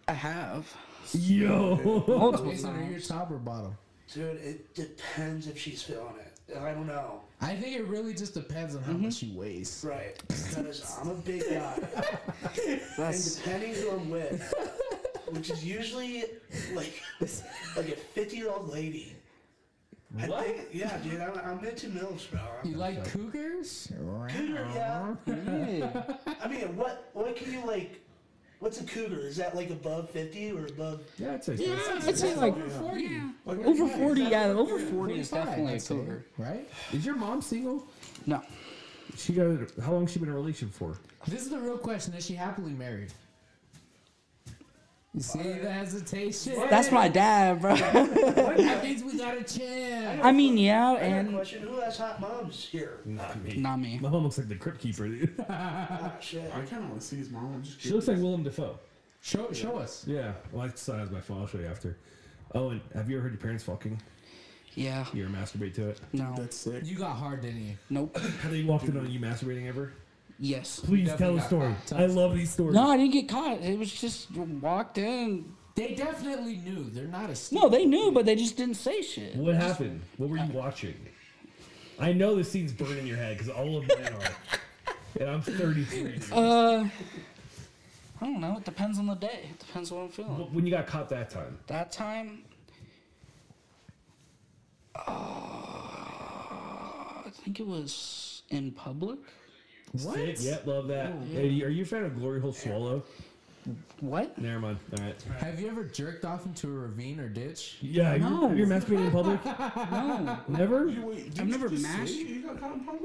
[SPEAKER 9] I have.
[SPEAKER 8] Yo.
[SPEAKER 9] Multiple
[SPEAKER 10] Based on your
[SPEAKER 9] times.
[SPEAKER 10] top or bottom.
[SPEAKER 12] dude, it depends if she's feeling it. I don't know.
[SPEAKER 10] I think it really just depends on how much you weighs.
[SPEAKER 12] Right. Because I'm a big guy. [LAUGHS] and depending who I'm with, which is usually like like a 50 year old lady, I think, yeah, dude, I'm, I'm into MILFs, bro. I'm
[SPEAKER 10] You like cougars?
[SPEAKER 12] Cougar, yeah. I mean, what what can you like? What's a cougar? Is that like above fifty or above?
[SPEAKER 8] Yeah, it's a-
[SPEAKER 12] yeah,
[SPEAKER 8] it's a- I'd say, like,
[SPEAKER 12] over forty.
[SPEAKER 8] yeah.
[SPEAKER 12] Like,
[SPEAKER 8] Over
[SPEAKER 12] yeah,
[SPEAKER 8] 40,
[SPEAKER 12] exactly.
[SPEAKER 8] yeah, over 40
[SPEAKER 12] Yeah.
[SPEAKER 8] is definitely
[SPEAKER 10] I'd say,
[SPEAKER 8] cougar.
[SPEAKER 10] right? Is your mom single?
[SPEAKER 9] No.
[SPEAKER 8] She got. How long she been in a relation for?
[SPEAKER 10] This is the real question. Is she happily married? You see the hesitation?
[SPEAKER 9] That's my dad, bro.
[SPEAKER 10] that means we got a chance.
[SPEAKER 9] I mean, yeah,
[SPEAKER 12] I got a
[SPEAKER 9] and-
[SPEAKER 12] question: Who has hot moms here?
[SPEAKER 8] Not me.
[SPEAKER 9] Not me.
[SPEAKER 8] My mom looks like the crypt keeper, dude. [LAUGHS]
[SPEAKER 12] Ah, shit.
[SPEAKER 5] I kind of want to see his mom. Just
[SPEAKER 8] she looks like Willem Dafoe.
[SPEAKER 10] Show, show us.
[SPEAKER 8] Yeah, well, I saw it as my phone. I'll show you after. Oh, and have you ever heard your parents fucking?
[SPEAKER 9] Yeah.
[SPEAKER 8] You ever masturbate to it?
[SPEAKER 9] No.
[SPEAKER 5] That's sick.
[SPEAKER 10] You got hard, didn't you?
[SPEAKER 9] Nope.
[SPEAKER 8] [COUGHS] Have they walked in on you masturbating ever?
[SPEAKER 9] Yes.
[SPEAKER 8] Please tell a story. I love these stories.
[SPEAKER 9] No, I didn't get caught. It was just walked in.
[SPEAKER 10] They definitely knew. They're not a.
[SPEAKER 9] No, they knew, but they just didn't say shit.
[SPEAKER 8] What happened? What were you watching? I know this scene's burning your head because all of mine are.
[SPEAKER 9] [LAUGHS]
[SPEAKER 8] And I'm 33. dude.
[SPEAKER 9] Uh, I don't know. It depends on the day. It depends on what I'm feeling.
[SPEAKER 8] Wh- when you got caught that time,
[SPEAKER 9] That time. Uh, I think it was in public. What?
[SPEAKER 8] Sick, yeah, love that.
[SPEAKER 9] Oh,
[SPEAKER 8] Hey, you- are you a fan of Glory Hole Swallow?
[SPEAKER 9] What?
[SPEAKER 8] Never mind. All right.
[SPEAKER 10] Have you ever jerked off into a ravine or ditch?
[SPEAKER 8] Yeah, have you- No. have you ever masturbated in public?
[SPEAKER 9] [LAUGHS] No.
[SPEAKER 8] Never?
[SPEAKER 5] You, wait, did
[SPEAKER 10] I've
[SPEAKER 5] you
[SPEAKER 10] never
[SPEAKER 5] just say
[SPEAKER 10] mashed-
[SPEAKER 5] You got caught in public?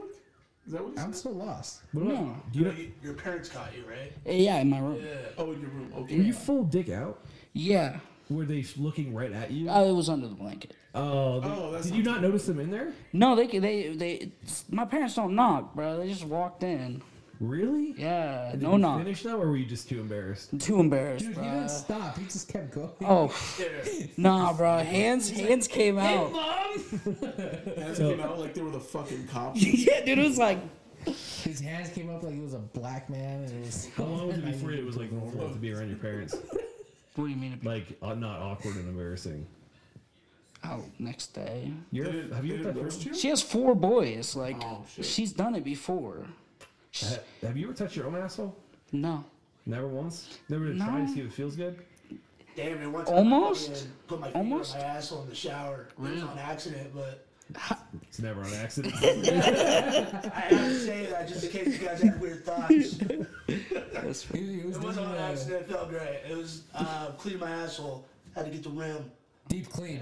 [SPEAKER 5] Is that what you
[SPEAKER 10] I'm so lost.
[SPEAKER 8] What about,
[SPEAKER 9] No.
[SPEAKER 8] do you,
[SPEAKER 12] You- Your parents got you, right?
[SPEAKER 9] Yeah, in my room.
[SPEAKER 5] Oh, in your room. Okay.
[SPEAKER 8] were you full dick out?
[SPEAKER 9] Yeah.
[SPEAKER 8] Were they sh- looking right at you?
[SPEAKER 9] Oh, it was under the blanket.
[SPEAKER 8] Oh, th-
[SPEAKER 5] Oh, that's
[SPEAKER 8] did you not notice them in there?
[SPEAKER 9] No, they they they. it's- My parents don't knock, bro. They just walked in.
[SPEAKER 8] Really?
[SPEAKER 9] Yeah,
[SPEAKER 8] Did
[SPEAKER 9] no
[SPEAKER 8] you
[SPEAKER 9] knock.
[SPEAKER 8] Finish though, or were you just too embarrassed?
[SPEAKER 9] Too embarrassed,
[SPEAKER 10] Dude, he
[SPEAKER 9] bro.
[SPEAKER 10] didn't stop. He just kept going.
[SPEAKER 9] Oh, nah, bro. Hands hands came out.
[SPEAKER 5] Hands
[SPEAKER 8] So-
[SPEAKER 5] came out like they were the fucking cops.
[SPEAKER 9] yeah, dude, it was like
[SPEAKER 10] His hands came up like he was a black man, and it was.
[SPEAKER 8] How long was it before it was like normal to be around your parents?
[SPEAKER 9] [LAUGHS] What do you mean?
[SPEAKER 8] Like uh, not awkward and embarrassing.
[SPEAKER 9] out Oh, next day.
[SPEAKER 8] You're, have you
[SPEAKER 5] Did
[SPEAKER 8] ever
[SPEAKER 5] it
[SPEAKER 8] touched
[SPEAKER 5] roast you?
[SPEAKER 9] She has four boys. Like
[SPEAKER 5] Oh, shit.
[SPEAKER 9] she's done it before.
[SPEAKER 8] ha- Have you ever touched your own asshole?
[SPEAKER 9] No,
[SPEAKER 8] Never once. Never to try to
[SPEAKER 9] No.
[SPEAKER 8] see if it feels good.
[SPEAKER 12] Damn it! One time
[SPEAKER 9] Almost?
[SPEAKER 12] I fucking put my finger in
[SPEAKER 9] Almost?
[SPEAKER 12] my asshole in the shower. It was on accident,
[SPEAKER 9] [LAUGHS]
[SPEAKER 12] but
[SPEAKER 8] It's never on accident.
[SPEAKER 12] I have to say that just in case you guys had weird
[SPEAKER 9] [LAUGHS]
[SPEAKER 12] thoughts.
[SPEAKER 10] He, he was
[SPEAKER 12] It was
[SPEAKER 10] doing
[SPEAKER 12] on
[SPEAKER 10] a
[SPEAKER 12] accident. It felt great. It was uh, clean my asshole. Had to get the rim.
[SPEAKER 10] deep clean.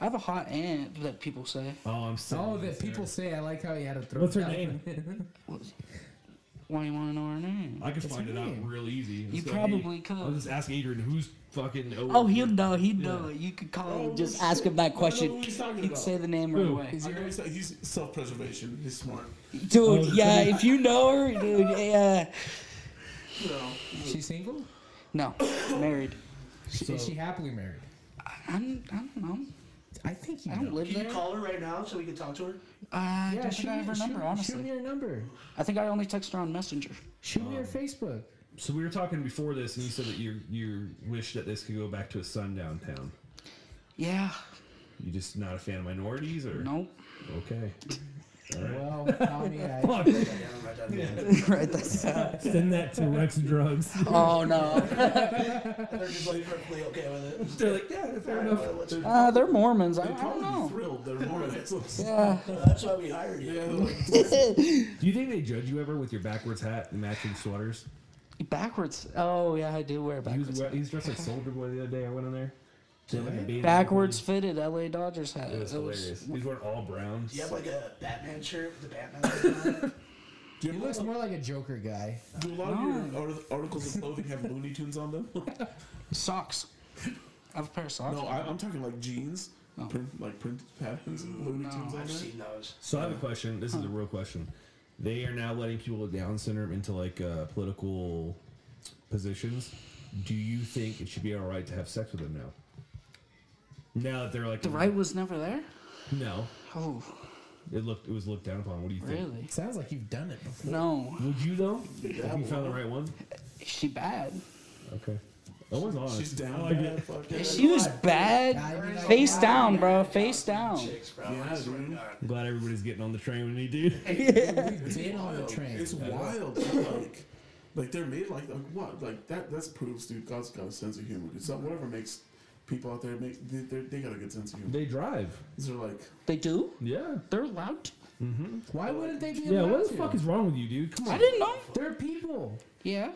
[SPEAKER 9] I have a hot aunt that people say.
[SPEAKER 8] oh, I'm sorry.
[SPEAKER 10] Oh, that people say. I like how he had a throat.
[SPEAKER 8] What's her
[SPEAKER 10] job. [LAUGHS]
[SPEAKER 8] name?
[SPEAKER 9] Why do you want to know her name?
[SPEAKER 8] I could find it out real easy.
[SPEAKER 9] You
[SPEAKER 8] It's like,
[SPEAKER 9] probably
[SPEAKER 8] hey, I'll
[SPEAKER 9] could.
[SPEAKER 8] just ask Adrian who's fucking.
[SPEAKER 9] Oh, he'll know. He'd know. it. You could call
[SPEAKER 8] Oh,
[SPEAKER 9] him. Just ask him that question.
[SPEAKER 5] he's talking
[SPEAKER 9] He'd
[SPEAKER 5] about.
[SPEAKER 9] say the name right
[SPEAKER 8] Who?
[SPEAKER 9] away.
[SPEAKER 5] I know he's, he's self-preservation. He's smart.
[SPEAKER 9] Dude,
[SPEAKER 8] Oh,
[SPEAKER 9] yeah. If you know her,
[SPEAKER 10] [LAUGHS]
[SPEAKER 9] dude, yeah.
[SPEAKER 5] No.
[SPEAKER 10] She single?
[SPEAKER 9] No, married.
[SPEAKER 10] She, is she happily married?
[SPEAKER 9] I'm, I don't know.
[SPEAKER 10] I think you
[SPEAKER 9] I don't
[SPEAKER 10] know.
[SPEAKER 9] live
[SPEAKER 12] Can you
[SPEAKER 9] there. Uh,
[SPEAKER 12] call her right now so we can talk to her?
[SPEAKER 9] I
[SPEAKER 10] Yeah,
[SPEAKER 9] don't think
[SPEAKER 10] shoot
[SPEAKER 9] I
[SPEAKER 10] me,
[SPEAKER 9] have her
[SPEAKER 10] shoot,
[SPEAKER 9] number,
[SPEAKER 10] shoot
[SPEAKER 9] honestly.
[SPEAKER 10] me your number.
[SPEAKER 9] I think I only text her on Messenger.
[SPEAKER 10] Shoot me your Facebook.
[SPEAKER 8] Oh. So we were talking before this, and you said that you you wish that this could go back to a sundown town.
[SPEAKER 9] Yeah.
[SPEAKER 8] You just not a fan of minorities, or
[SPEAKER 9] Nope.
[SPEAKER 8] Okay.
[SPEAKER 10] Well, Tommy, I,
[SPEAKER 8] Fuck.
[SPEAKER 9] right. That's.
[SPEAKER 8] Send that to Rex Drugs.
[SPEAKER 9] Oh
[SPEAKER 8] [LAUGHS]
[SPEAKER 9] no.
[SPEAKER 12] They're just like perfectly okay with it.
[SPEAKER 8] They're like, yeah, fair
[SPEAKER 12] All
[SPEAKER 8] enough.
[SPEAKER 12] right, well, let's-
[SPEAKER 9] Uh, they're Mormons. I, I
[SPEAKER 5] They'd
[SPEAKER 9] don't
[SPEAKER 5] probably be
[SPEAKER 9] know.
[SPEAKER 5] thrilled. They're
[SPEAKER 9] [LAUGHS]
[SPEAKER 5] Mormons.
[SPEAKER 9] Yeah.
[SPEAKER 12] That's why we hired you.
[SPEAKER 5] Yeah, they're like,
[SPEAKER 8] Do you think they judge you ever with your backwards hat and matching sweaters?
[SPEAKER 9] Backwards. Oh yeah, I do wear
[SPEAKER 8] He was,
[SPEAKER 9] backwards.
[SPEAKER 8] we- he was dressed like Soldier Boy the other day. I went in there. He had like a bathing
[SPEAKER 9] Backwards fitted LA Dodgers hat.
[SPEAKER 8] suit. It was
[SPEAKER 9] It was-
[SPEAKER 8] hilarious. These weren't all brown.
[SPEAKER 12] Do you have like a Batman shirt with the Batman logo on it?
[SPEAKER 5] do,
[SPEAKER 10] he
[SPEAKER 5] you
[SPEAKER 10] looks more like a Joker guy.
[SPEAKER 5] do a lot of your art- articles of clothing have Looney Tunes on them? [LAUGHS]
[SPEAKER 9] Socks. I have a pair of socks.
[SPEAKER 5] no, I, I'm talking like jeans,
[SPEAKER 9] Oh.
[SPEAKER 5] print, like printed patterns and Looney Tunes on
[SPEAKER 12] I've
[SPEAKER 5] there.
[SPEAKER 12] seen those.
[SPEAKER 8] So I have a question. This is a real question. They are now letting people with Down syndrome into like uh, political positions. Do you think it should be all right to have sex with them now? Now that they're like
[SPEAKER 9] the right was never there.
[SPEAKER 8] No,
[SPEAKER 9] Oh,
[SPEAKER 8] it looked it was looked down upon. What do you think?
[SPEAKER 9] really?
[SPEAKER 10] Sounds like you've done it before.
[SPEAKER 9] No.
[SPEAKER 8] Would you though? If you found the right one.
[SPEAKER 9] Is she bad?
[SPEAKER 8] Okay. That was honest.
[SPEAKER 5] She's down.
[SPEAKER 8] I like
[SPEAKER 5] bad,
[SPEAKER 8] it.
[SPEAKER 5] fuck
[SPEAKER 9] If
[SPEAKER 5] yeah.
[SPEAKER 9] she was
[SPEAKER 10] I
[SPEAKER 9] bad,
[SPEAKER 10] mean,
[SPEAKER 9] face
[SPEAKER 10] I-
[SPEAKER 9] down, bro. Face down.
[SPEAKER 12] Chicks, bro.
[SPEAKER 5] Yeah,
[SPEAKER 12] I swear to
[SPEAKER 5] dude.
[SPEAKER 12] God.
[SPEAKER 8] I'm glad everybody's getting on the train with me, dude.
[SPEAKER 10] We've been on the train.
[SPEAKER 5] It's wild. dude,
[SPEAKER 12] [LAUGHS]
[SPEAKER 5] like, like they're made like, like what? Like that. That's proves, dude. God's got a sense of humor. It's not whatever makes people out there make they, they're- they got a good sense of humor.
[SPEAKER 8] They drive.
[SPEAKER 5] These are like
[SPEAKER 9] they do.
[SPEAKER 8] Yeah,
[SPEAKER 9] they're allowed. To.
[SPEAKER 8] Mm-hmm.
[SPEAKER 10] Why wouldn't they be?
[SPEAKER 8] Yeah,
[SPEAKER 10] allowed
[SPEAKER 8] what the
[SPEAKER 10] to?
[SPEAKER 8] fuck is wrong with you, dude? Come on.
[SPEAKER 10] I
[SPEAKER 9] didn't know.
[SPEAKER 10] They're people.
[SPEAKER 9] Yeah.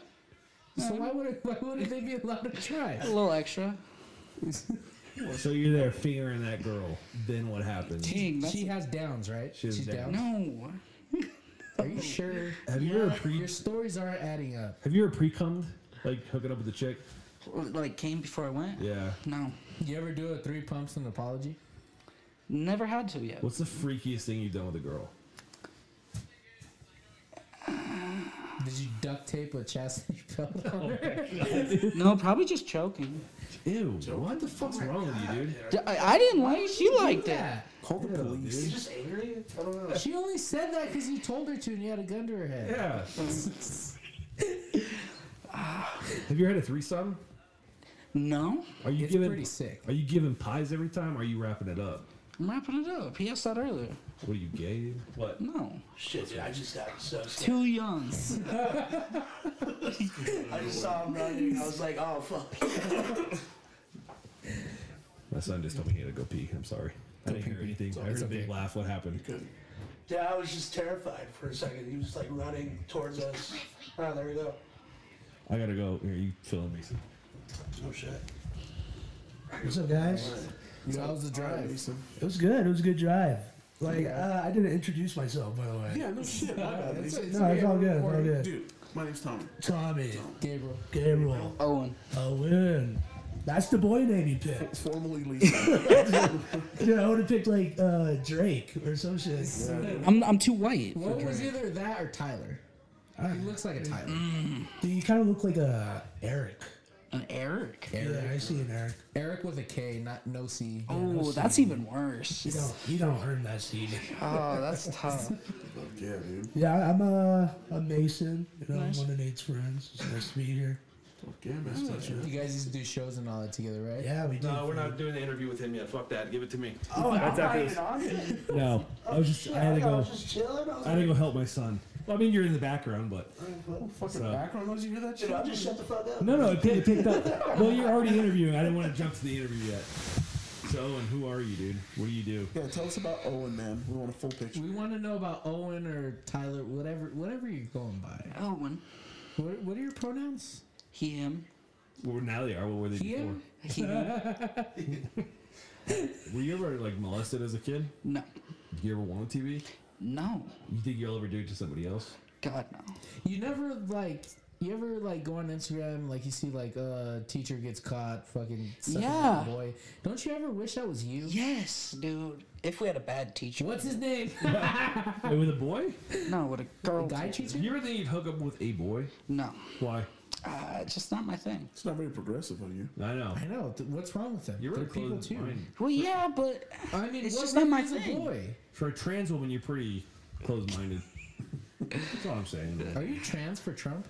[SPEAKER 10] So why would why wouldn't they be allowed to try?
[SPEAKER 9] A little extra.
[SPEAKER 8] So you're there fingering that girl. Then what happens?
[SPEAKER 10] Dang, she has downs, right?
[SPEAKER 8] She has
[SPEAKER 10] She's
[SPEAKER 8] downs.
[SPEAKER 9] No.
[SPEAKER 10] [LAUGHS] Are you sure?
[SPEAKER 8] Have you ever
[SPEAKER 10] Your stories aren't adding up.
[SPEAKER 8] Have you ever pre cummed? Like hooking up with a chick?
[SPEAKER 9] Like came before I went?
[SPEAKER 8] Yeah.
[SPEAKER 9] No.
[SPEAKER 10] You ever do a three pumps and apology?
[SPEAKER 9] Never had to yet.
[SPEAKER 8] What's the freakiest thing you've done with a girl?
[SPEAKER 10] Uh, Did you duct tape a [LAUGHS] chastity belt
[SPEAKER 12] [LAUGHS]
[SPEAKER 10] on her?
[SPEAKER 9] no, probably just choking.
[SPEAKER 8] Ew, what the fuck's
[SPEAKER 12] Oh
[SPEAKER 8] wrong with you, dude?
[SPEAKER 9] I, I didn't like it. She
[SPEAKER 10] you do
[SPEAKER 9] liked it.
[SPEAKER 10] that?
[SPEAKER 8] Call the police.
[SPEAKER 12] just angry? I don't know.
[SPEAKER 10] She only said that because you told her to and you had a gun to her head. [LAUGHS]
[SPEAKER 8] Yeah. Have you had a threesome?
[SPEAKER 9] No.
[SPEAKER 8] Are you
[SPEAKER 10] It's
[SPEAKER 8] giving
[SPEAKER 10] pretty sick.
[SPEAKER 8] Are you giving pies every time? Or are you wrapping it up?
[SPEAKER 9] I'm wrapping it up. He asked that earlier.
[SPEAKER 8] What are you gay?
[SPEAKER 11] What?
[SPEAKER 9] No.
[SPEAKER 12] Shit, dude, I just got so scared.
[SPEAKER 9] Too young.
[SPEAKER 13] [LAUGHS]
[SPEAKER 12] [LAUGHS] I just saw him running. I was like, oh fuck.
[SPEAKER 8] My son just told me he had to go pee. I'm sorry. I didn't hear anything. I heard a big laugh. What happened?
[SPEAKER 12] yeah, I was just terrified for a second. He was like running towards us. Oh, there we go.
[SPEAKER 8] I gotta go. Here, you filling me?
[SPEAKER 12] Oh shit.
[SPEAKER 13] What's up, guys?
[SPEAKER 10] So how was the drive?
[SPEAKER 13] It was good. It was a good drive. Like uh, I didn't introduce myself, by the way.
[SPEAKER 5] yeah, no shit. My bad.
[SPEAKER 13] No, it's
[SPEAKER 5] Lisa.
[SPEAKER 13] all good. It's all good.
[SPEAKER 5] Dude, my name's Tommy.
[SPEAKER 13] Tommy,
[SPEAKER 10] Gabriel,
[SPEAKER 13] Gabriel,
[SPEAKER 9] Owen,
[SPEAKER 13] Owen. That's the boy name you picked. [LAUGHS]
[SPEAKER 5] Formally Lisa.
[SPEAKER 13] Dude, I would have picked like uh, Drake or some shit.
[SPEAKER 9] I'm, I'm too white.
[SPEAKER 10] What was either that or Tyler? he looks like a Tyler.
[SPEAKER 13] Dude, you kind of Ah. look like a Eric.
[SPEAKER 9] Mm. An Eric.
[SPEAKER 13] Yeah, I see an Eric.
[SPEAKER 10] Eric with a K, not no C.
[SPEAKER 9] Oh,
[SPEAKER 10] no C.
[SPEAKER 9] that's even worse.
[SPEAKER 13] You don't, you don't earn that seed.
[SPEAKER 9] Oh, that's tough.
[SPEAKER 5] [LAUGHS] yeah, dude.
[SPEAKER 13] Yeah, I'm a, a Mason. You know,
[SPEAKER 10] Nice.
[SPEAKER 13] one of Nate's friends. It's nice to be here.
[SPEAKER 5] Yeah, man.
[SPEAKER 10] You guys used to do shows and all that together, right?
[SPEAKER 13] Yeah, we
[SPEAKER 11] No, Uh, we're not doing the interview with him yet. Fuck that. Give it to me.
[SPEAKER 12] Oh, I'm not
[SPEAKER 11] after
[SPEAKER 12] even
[SPEAKER 11] this.
[SPEAKER 12] on it.
[SPEAKER 8] [LAUGHS] No, I was just. I had to
[SPEAKER 12] I
[SPEAKER 8] go.
[SPEAKER 12] was just chilling. I was
[SPEAKER 8] I had to go
[SPEAKER 12] like,
[SPEAKER 8] help my son. Well, I mean, you're in the background, but
[SPEAKER 5] Fucking
[SPEAKER 8] So-
[SPEAKER 5] background noise. You hear that shit?
[SPEAKER 12] dude, I'll just shut the fuck up.
[SPEAKER 8] no, no, it, pi- it picked up. Well, you're already interviewing. I didn't want to jump to the interview yet. So, and who are you, dude? What do you do?
[SPEAKER 5] Yeah, tell us about Owen, man. We want a full picture.
[SPEAKER 10] We want to know about Owen or Tyler, whatever, whatever you're going by.
[SPEAKER 9] Owen,
[SPEAKER 10] What, what are your pronouns?
[SPEAKER 9] he, him.
[SPEAKER 8] Well, now they are. What were they
[SPEAKER 10] He
[SPEAKER 8] before?
[SPEAKER 10] him?
[SPEAKER 9] He, him.
[SPEAKER 8] [LAUGHS] Were you ever like molested as a kid?
[SPEAKER 9] No.
[SPEAKER 8] Did you ever want on TV?
[SPEAKER 9] No.
[SPEAKER 8] You think you'll ever do it to
[SPEAKER 10] [LAUGHS]
[SPEAKER 8] somebody else?
[SPEAKER 9] God, no.
[SPEAKER 10] You never like. You ever like go on Instagram like you see like uh, teacher gets caught fucking sucking
[SPEAKER 9] Yeah.
[SPEAKER 10] a boy? Don't you ever wish that was you?
[SPEAKER 9] Yes, dude. If we had a bad teacher.
[SPEAKER 10] What's his name?
[SPEAKER 8] Wait, with a boy?
[SPEAKER 9] No, with a girl.
[SPEAKER 10] guy
[SPEAKER 9] teacher?
[SPEAKER 8] You ever think you'd hook up with a boy?
[SPEAKER 9] No.
[SPEAKER 8] Why?
[SPEAKER 9] Uh, just not my thing.
[SPEAKER 5] It's not very progressive on you.
[SPEAKER 8] I know.
[SPEAKER 10] I know. Th- what's wrong with them?
[SPEAKER 8] You're
[SPEAKER 10] They're
[SPEAKER 8] really
[SPEAKER 10] people
[SPEAKER 8] close
[SPEAKER 10] too.
[SPEAKER 9] Well, yeah, but
[SPEAKER 10] I mean,
[SPEAKER 9] It's
[SPEAKER 10] what
[SPEAKER 9] just not my
[SPEAKER 10] makes a
[SPEAKER 9] thing.
[SPEAKER 10] Boy?
[SPEAKER 8] For a trans woman, you're pretty
[SPEAKER 9] [LAUGHS]
[SPEAKER 8] closed-minded. That's all I'm saying.
[SPEAKER 10] Are you trans for Trump?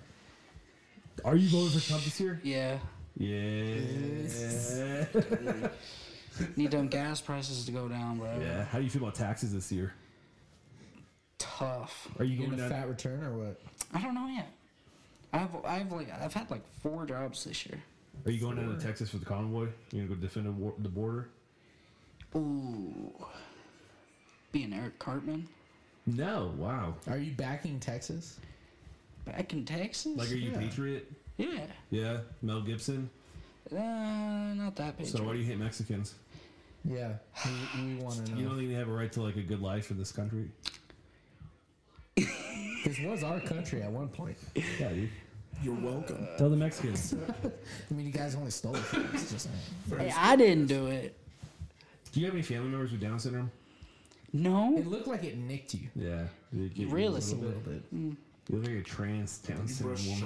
[SPEAKER 8] Are you voting for Trump this year?
[SPEAKER 9] yeah,
[SPEAKER 8] Yeah.
[SPEAKER 9] need them gas prices to go down, bro.
[SPEAKER 8] yeah. How do you feel about taxes this year?
[SPEAKER 9] Tough.
[SPEAKER 8] Are you
[SPEAKER 10] You
[SPEAKER 8] going
[SPEAKER 10] getting a
[SPEAKER 8] down?
[SPEAKER 10] fat return or what?
[SPEAKER 9] I don't know yet. I've I've like I've had like four jobs this year.
[SPEAKER 8] Are you going down to Texas for the convoy? You're gonna go defend the war- the border?
[SPEAKER 9] Ooh, being Eric Cartman
[SPEAKER 8] No. Wow.
[SPEAKER 10] Are you backing Texas?
[SPEAKER 9] back in Texas.
[SPEAKER 8] Like, are you
[SPEAKER 10] Yeah.
[SPEAKER 8] patriot?
[SPEAKER 9] yeah,
[SPEAKER 8] Yeah. Mel Gibson.
[SPEAKER 9] uh, not that big.
[SPEAKER 8] So why do you hate Mexicans?
[SPEAKER 10] Yeah, we, we want to
[SPEAKER 8] You
[SPEAKER 10] know.
[SPEAKER 8] don't think they have a right to like a good life in this country?
[SPEAKER 10] [LAUGHS] This was our country at one point.
[SPEAKER 8] Yeah, dude.
[SPEAKER 5] You're welcome.
[SPEAKER 8] Tell the Mexicans.
[SPEAKER 10] I mean, you guys only stole it from us. Just saying.
[SPEAKER 9] Hey, I didn't do it.
[SPEAKER 8] Do you have any family members with Down syndrome?
[SPEAKER 9] No,
[SPEAKER 10] It looked like it nicked you.
[SPEAKER 8] Yeah. They get you
[SPEAKER 9] Really? Mm.
[SPEAKER 8] a
[SPEAKER 10] Just a
[SPEAKER 8] little
[SPEAKER 10] little
[SPEAKER 8] bit.
[SPEAKER 10] bit.
[SPEAKER 8] You look like a trans Down syndrome woman. [LAUGHS]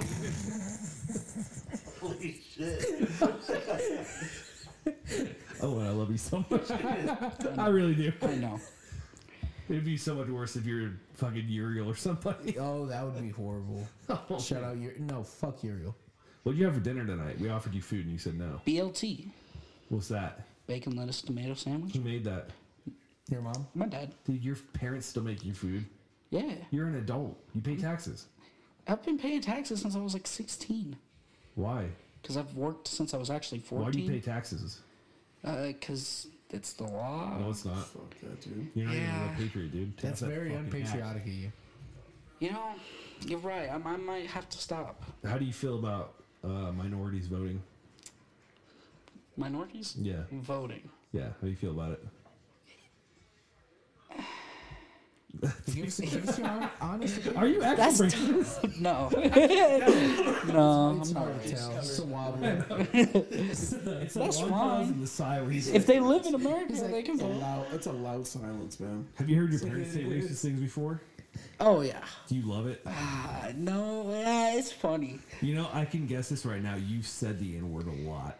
[SPEAKER 12] Holy shit.
[SPEAKER 8] Oh, I love you so
[SPEAKER 10] [LAUGHS]
[SPEAKER 8] much. I really do.
[SPEAKER 9] I know.
[SPEAKER 8] It'd be so much worse if you're fucking Uriel or somebody.
[SPEAKER 10] Oh, that would be horrible.
[SPEAKER 8] Oh.
[SPEAKER 10] Shout out your no, fuck Uriel.
[SPEAKER 8] What'd you have for dinner tonight? We offered you food and you said no.
[SPEAKER 9] BLT,
[SPEAKER 8] What's that?
[SPEAKER 9] bacon, lettuce, tomato sandwich.
[SPEAKER 8] Who made that?
[SPEAKER 10] Your mom?
[SPEAKER 9] My dad.
[SPEAKER 8] Dude, your parents still make you food.
[SPEAKER 9] Yeah,
[SPEAKER 8] You're an adult. You pay taxes.
[SPEAKER 9] I've been paying taxes since I was like 16.
[SPEAKER 8] Why?
[SPEAKER 9] Because I've worked since I was actually 14.
[SPEAKER 8] Why do you pay taxes?
[SPEAKER 12] Uh, cause it's the law.
[SPEAKER 8] No, it's not.
[SPEAKER 5] Fuck that, dude.
[SPEAKER 8] You're not even
[SPEAKER 12] Yeah.
[SPEAKER 8] a patriot, dude. Take
[SPEAKER 12] That's
[SPEAKER 8] off that
[SPEAKER 12] very
[SPEAKER 8] fucking
[SPEAKER 12] unpatriotic
[SPEAKER 8] hat.
[SPEAKER 12] of you. You know, you're right. I, I might have to stop.
[SPEAKER 8] How do you feel about uh, minorities voting?
[SPEAKER 12] Minorities?
[SPEAKER 8] Yeah.
[SPEAKER 12] Voting.
[SPEAKER 8] Yeah, how do you feel about it?
[SPEAKER 10] Give us, give us your hon- honest opinion.
[SPEAKER 12] Are you actually That's- racist? [LAUGHS]
[SPEAKER 8] [LAUGHS]
[SPEAKER 12] No. No,
[SPEAKER 10] It's
[SPEAKER 12] I'm not
[SPEAKER 10] hard to tell.
[SPEAKER 12] racist.
[SPEAKER 10] It's a wobble.
[SPEAKER 12] It's a That's long pause fine. in the silence. If they live in America,
[SPEAKER 5] It's
[SPEAKER 12] they can
[SPEAKER 5] it's a
[SPEAKER 12] vote.
[SPEAKER 5] loud- It's a loud silence, man.
[SPEAKER 8] Have you heard your parents say racist things before?
[SPEAKER 12] Oh yeah.
[SPEAKER 8] Do you love it?
[SPEAKER 12] Uh, no, yeah, it's funny.
[SPEAKER 8] You know, I can guess this right now. You've said the N word a lot.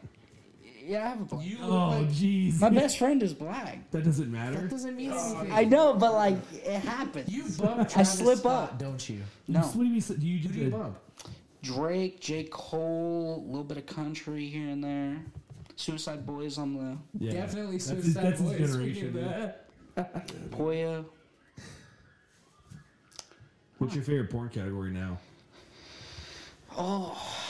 [SPEAKER 12] Yeah, I have a black.
[SPEAKER 8] You Oh, look like- jeez.
[SPEAKER 12] My best friend is black.
[SPEAKER 8] That doesn't matter. Oh, That
[SPEAKER 10] doesn't mean
[SPEAKER 8] anything.
[SPEAKER 12] I know, but like it happens. You
[SPEAKER 10] bump
[SPEAKER 12] I
[SPEAKER 10] Travis
[SPEAKER 12] slip
[SPEAKER 10] Scott,
[SPEAKER 12] up.
[SPEAKER 10] don't you?
[SPEAKER 12] No.
[SPEAKER 8] What do you mean? so- Do you do,
[SPEAKER 12] do you
[SPEAKER 8] the-
[SPEAKER 12] bump? Drake, J. Cole, a little bit of country here and there. Suicide Boys on the
[SPEAKER 8] Yeah.
[SPEAKER 10] Definitely
[SPEAKER 8] That's his-
[SPEAKER 10] Suicide
[SPEAKER 8] that's his
[SPEAKER 10] Boys. we
[SPEAKER 8] generation,
[SPEAKER 10] knew
[SPEAKER 8] dude.
[SPEAKER 10] that.
[SPEAKER 12] Poya.
[SPEAKER 8] What's your favorite porn category now?
[SPEAKER 12] Oh,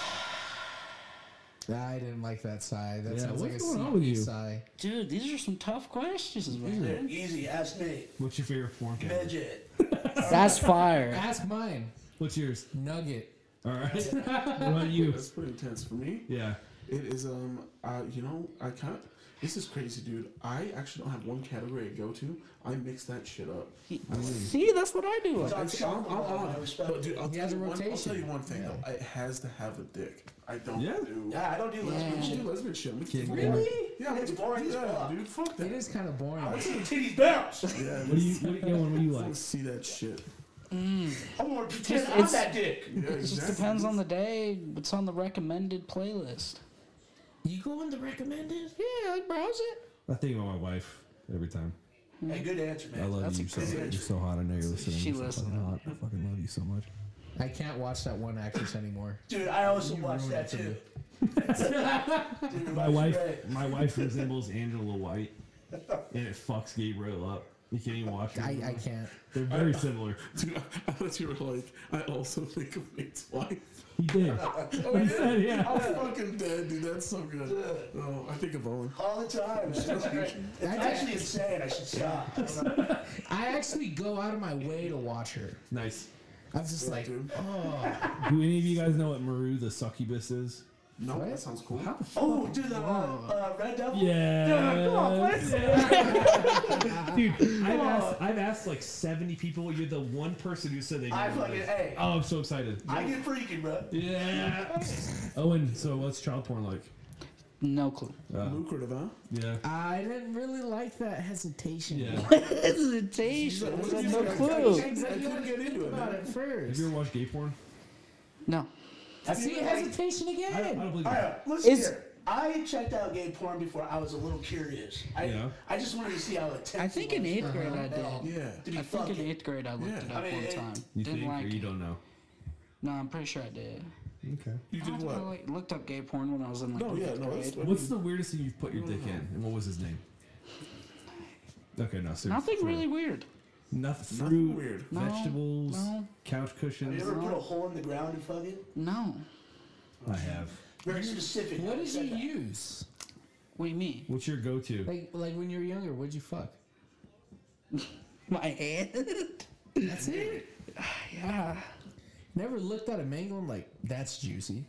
[SPEAKER 10] Nah, I didn't like that sigh. That
[SPEAKER 8] Yeah,
[SPEAKER 10] sounds
[SPEAKER 8] what's
[SPEAKER 10] like
[SPEAKER 8] going
[SPEAKER 10] a
[SPEAKER 8] on with
[SPEAKER 10] sleepy
[SPEAKER 8] you?
[SPEAKER 10] Sigh.
[SPEAKER 12] dude, these are some tough questions,
[SPEAKER 14] They're
[SPEAKER 12] man.
[SPEAKER 14] easy. Ask me.
[SPEAKER 8] What's your favorite porn category?
[SPEAKER 14] Midget.
[SPEAKER 8] [LAUGHS]
[SPEAKER 12] That's fire.
[SPEAKER 10] Ask mine.
[SPEAKER 8] What's yours?
[SPEAKER 10] Nugget.
[SPEAKER 8] All right. [LAUGHS] what about you?
[SPEAKER 5] That's pretty intense for me.
[SPEAKER 8] Yeah.
[SPEAKER 5] It is. Um. Uh. You know. I can't. This is crazy, dude. I actually don't have one category I go to. I mix that shit up. I mean,
[SPEAKER 12] See, that's what I do.
[SPEAKER 5] Like, I'm, I'm, I'm on. But dude, I'll,
[SPEAKER 10] He
[SPEAKER 5] tell
[SPEAKER 10] has
[SPEAKER 5] you
[SPEAKER 10] a
[SPEAKER 5] one, I'll
[SPEAKER 10] rotation.
[SPEAKER 5] tell you one thing though. It has to have a dick. I don't
[SPEAKER 8] Yeah.
[SPEAKER 5] do.
[SPEAKER 14] Yeah, I don't do lesbian
[SPEAKER 5] I don't
[SPEAKER 14] shit.
[SPEAKER 5] do lesbian shit. I'm
[SPEAKER 8] Kidding.
[SPEAKER 5] really? Yeah, I'm
[SPEAKER 14] It's
[SPEAKER 5] just-
[SPEAKER 14] boring as
[SPEAKER 5] yeah,
[SPEAKER 14] fuck.
[SPEAKER 5] dude. Fuck that.
[SPEAKER 10] It is kind of boring.
[SPEAKER 14] I want to see the titties bounce.
[SPEAKER 5] Yeah.
[SPEAKER 8] What do you? What, yeah, what do you
[SPEAKER 5] I
[SPEAKER 8] like?
[SPEAKER 5] want to see that shit.
[SPEAKER 14] I want to pretend
[SPEAKER 12] Just-
[SPEAKER 14] I'm
[SPEAKER 12] it's-
[SPEAKER 14] that dick.
[SPEAKER 5] Yeah,
[SPEAKER 12] It just
[SPEAKER 5] exactly.
[SPEAKER 12] depends on the day. What's on the recommended playlist?
[SPEAKER 10] You go in the recommended?
[SPEAKER 12] Yeah, I browse it.
[SPEAKER 8] I think about my wife every time.
[SPEAKER 14] Hey, good answer, man.
[SPEAKER 8] I love
[SPEAKER 12] That's
[SPEAKER 8] you
[SPEAKER 12] a
[SPEAKER 8] so much.
[SPEAKER 12] good
[SPEAKER 8] You're
[SPEAKER 12] answer.
[SPEAKER 8] so hot. I know you're listening.
[SPEAKER 12] She
[SPEAKER 8] You're so
[SPEAKER 12] listened.
[SPEAKER 8] fucking hot. I fucking love you so much.
[SPEAKER 10] I can't watch that one actress anymore.
[SPEAKER 14] Dude, I also
[SPEAKER 10] You
[SPEAKER 14] watch
[SPEAKER 10] ruined
[SPEAKER 14] that
[SPEAKER 10] it
[SPEAKER 14] too.
[SPEAKER 10] for me.
[SPEAKER 14] Dude,
[SPEAKER 8] My
[SPEAKER 14] that's
[SPEAKER 8] wife,
[SPEAKER 14] great.
[SPEAKER 8] my
[SPEAKER 14] [LAUGHS]
[SPEAKER 8] wife resembles Angela White, and it fucks Gabriel up. You can't even watch her.
[SPEAKER 10] I, I can't.
[SPEAKER 8] They're very similar.
[SPEAKER 5] Dude, [LAUGHS] I thought you were like. I also think of Nate's wife.
[SPEAKER 14] [LAUGHS]
[SPEAKER 8] He did.
[SPEAKER 5] Oh,
[SPEAKER 8] He said, yeah.
[SPEAKER 5] I'm fucking dead, dude. That's so good. Oh, I think of Owen.
[SPEAKER 14] All the
[SPEAKER 5] [LAUGHS]
[SPEAKER 14] time. It's just great. It's actually insane. I should stop. I don't know.
[SPEAKER 10] I actually go out of my way to watch her.
[SPEAKER 8] Nice.
[SPEAKER 10] I'm just like, oh.
[SPEAKER 8] Do any of you guys know what Maru the succubus is?
[SPEAKER 5] No, that sounds cool.
[SPEAKER 14] Oh, dude, uh, uh, Red Devil?
[SPEAKER 8] Yeah.
[SPEAKER 14] Dude, come on, let's
[SPEAKER 8] Dude, I've asked, I've asked like 70 people. You're the one person who said they
[SPEAKER 14] I
[SPEAKER 8] knew what it
[SPEAKER 14] fucking-
[SPEAKER 8] is.
[SPEAKER 14] hey.
[SPEAKER 5] Uh,
[SPEAKER 8] Oh, I'm so excited.
[SPEAKER 14] I get freaky, bro.
[SPEAKER 8] Yeah. Owen, so what's child porn like?
[SPEAKER 12] No clue.
[SPEAKER 8] Uh,
[SPEAKER 5] Lucrative, huh?
[SPEAKER 8] yeah.
[SPEAKER 10] I didn't really like that hesitation.
[SPEAKER 8] Yeah.
[SPEAKER 12] Hesitation. I said no clue.
[SPEAKER 5] I couldn't get into it,
[SPEAKER 10] About
[SPEAKER 5] man.
[SPEAKER 10] it
[SPEAKER 8] Have
[SPEAKER 10] first.
[SPEAKER 8] you ever watched gay porn?
[SPEAKER 12] No.
[SPEAKER 10] See hesitation
[SPEAKER 8] I don't, I
[SPEAKER 10] again.
[SPEAKER 8] don't believe
[SPEAKER 14] All
[SPEAKER 8] it.
[SPEAKER 14] right, listen
[SPEAKER 12] It's-
[SPEAKER 14] here. I checked out gay porn before I was a little curious. I,
[SPEAKER 8] Yeah.
[SPEAKER 14] I just wanted to see how it
[SPEAKER 12] I think in eighth grade I did.
[SPEAKER 5] Yeah.
[SPEAKER 14] To be
[SPEAKER 12] I think in
[SPEAKER 14] fucking.
[SPEAKER 12] eighth grade I looked
[SPEAKER 5] Yeah.
[SPEAKER 12] it
[SPEAKER 14] I
[SPEAKER 12] up
[SPEAKER 14] mean,
[SPEAKER 12] one
[SPEAKER 14] it-
[SPEAKER 12] time.
[SPEAKER 8] You
[SPEAKER 12] Didn't
[SPEAKER 8] think or
[SPEAKER 12] like
[SPEAKER 8] you
[SPEAKER 12] it.
[SPEAKER 8] don't know?
[SPEAKER 12] No, I'm pretty sure I did.
[SPEAKER 8] Okay.
[SPEAKER 5] You
[SPEAKER 12] I
[SPEAKER 5] did
[SPEAKER 12] kinda
[SPEAKER 5] what?
[SPEAKER 12] like looked up gay porn when I was in like
[SPEAKER 5] No,
[SPEAKER 12] eighth
[SPEAKER 5] yeah, no,
[SPEAKER 12] grade.
[SPEAKER 5] that's
[SPEAKER 8] What's the weirdest thing you've put your dick in? And what was his name? Okay, no, seriously.
[SPEAKER 12] Nothing
[SPEAKER 8] for-
[SPEAKER 12] really weird.
[SPEAKER 8] Nothing fruit,
[SPEAKER 5] Nothing weird.
[SPEAKER 12] No,
[SPEAKER 8] vegetables,
[SPEAKER 12] no.
[SPEAKER 8] couch
[SPEAKER 14] You
[SPEAKER 8] cushions.
[SPEAKER 14] ever put a hole in the ground and fuck it?
[SPEAKER 12] No.
[SPEAKER 8] I have.
[SPEAKER 14] Very specific.
[SPEAKER 10] What did you
[SPEAKER 14] Said that.
[SPEAKER 10] use?
[SPEAKER 12] What do you mean?
[SPEAKER 8] What's your go-to?
[SPEAKER 10] Like, like when you were younger, what'd you fuck?
[SPEAKER 12] [LAUGHS] My hand?
[SPEAKER 10] That's it.
[SPEAKER 12] [SIGHS] yeah.
[SPEAKER 10] Never looked at a mango and like, that's juicy.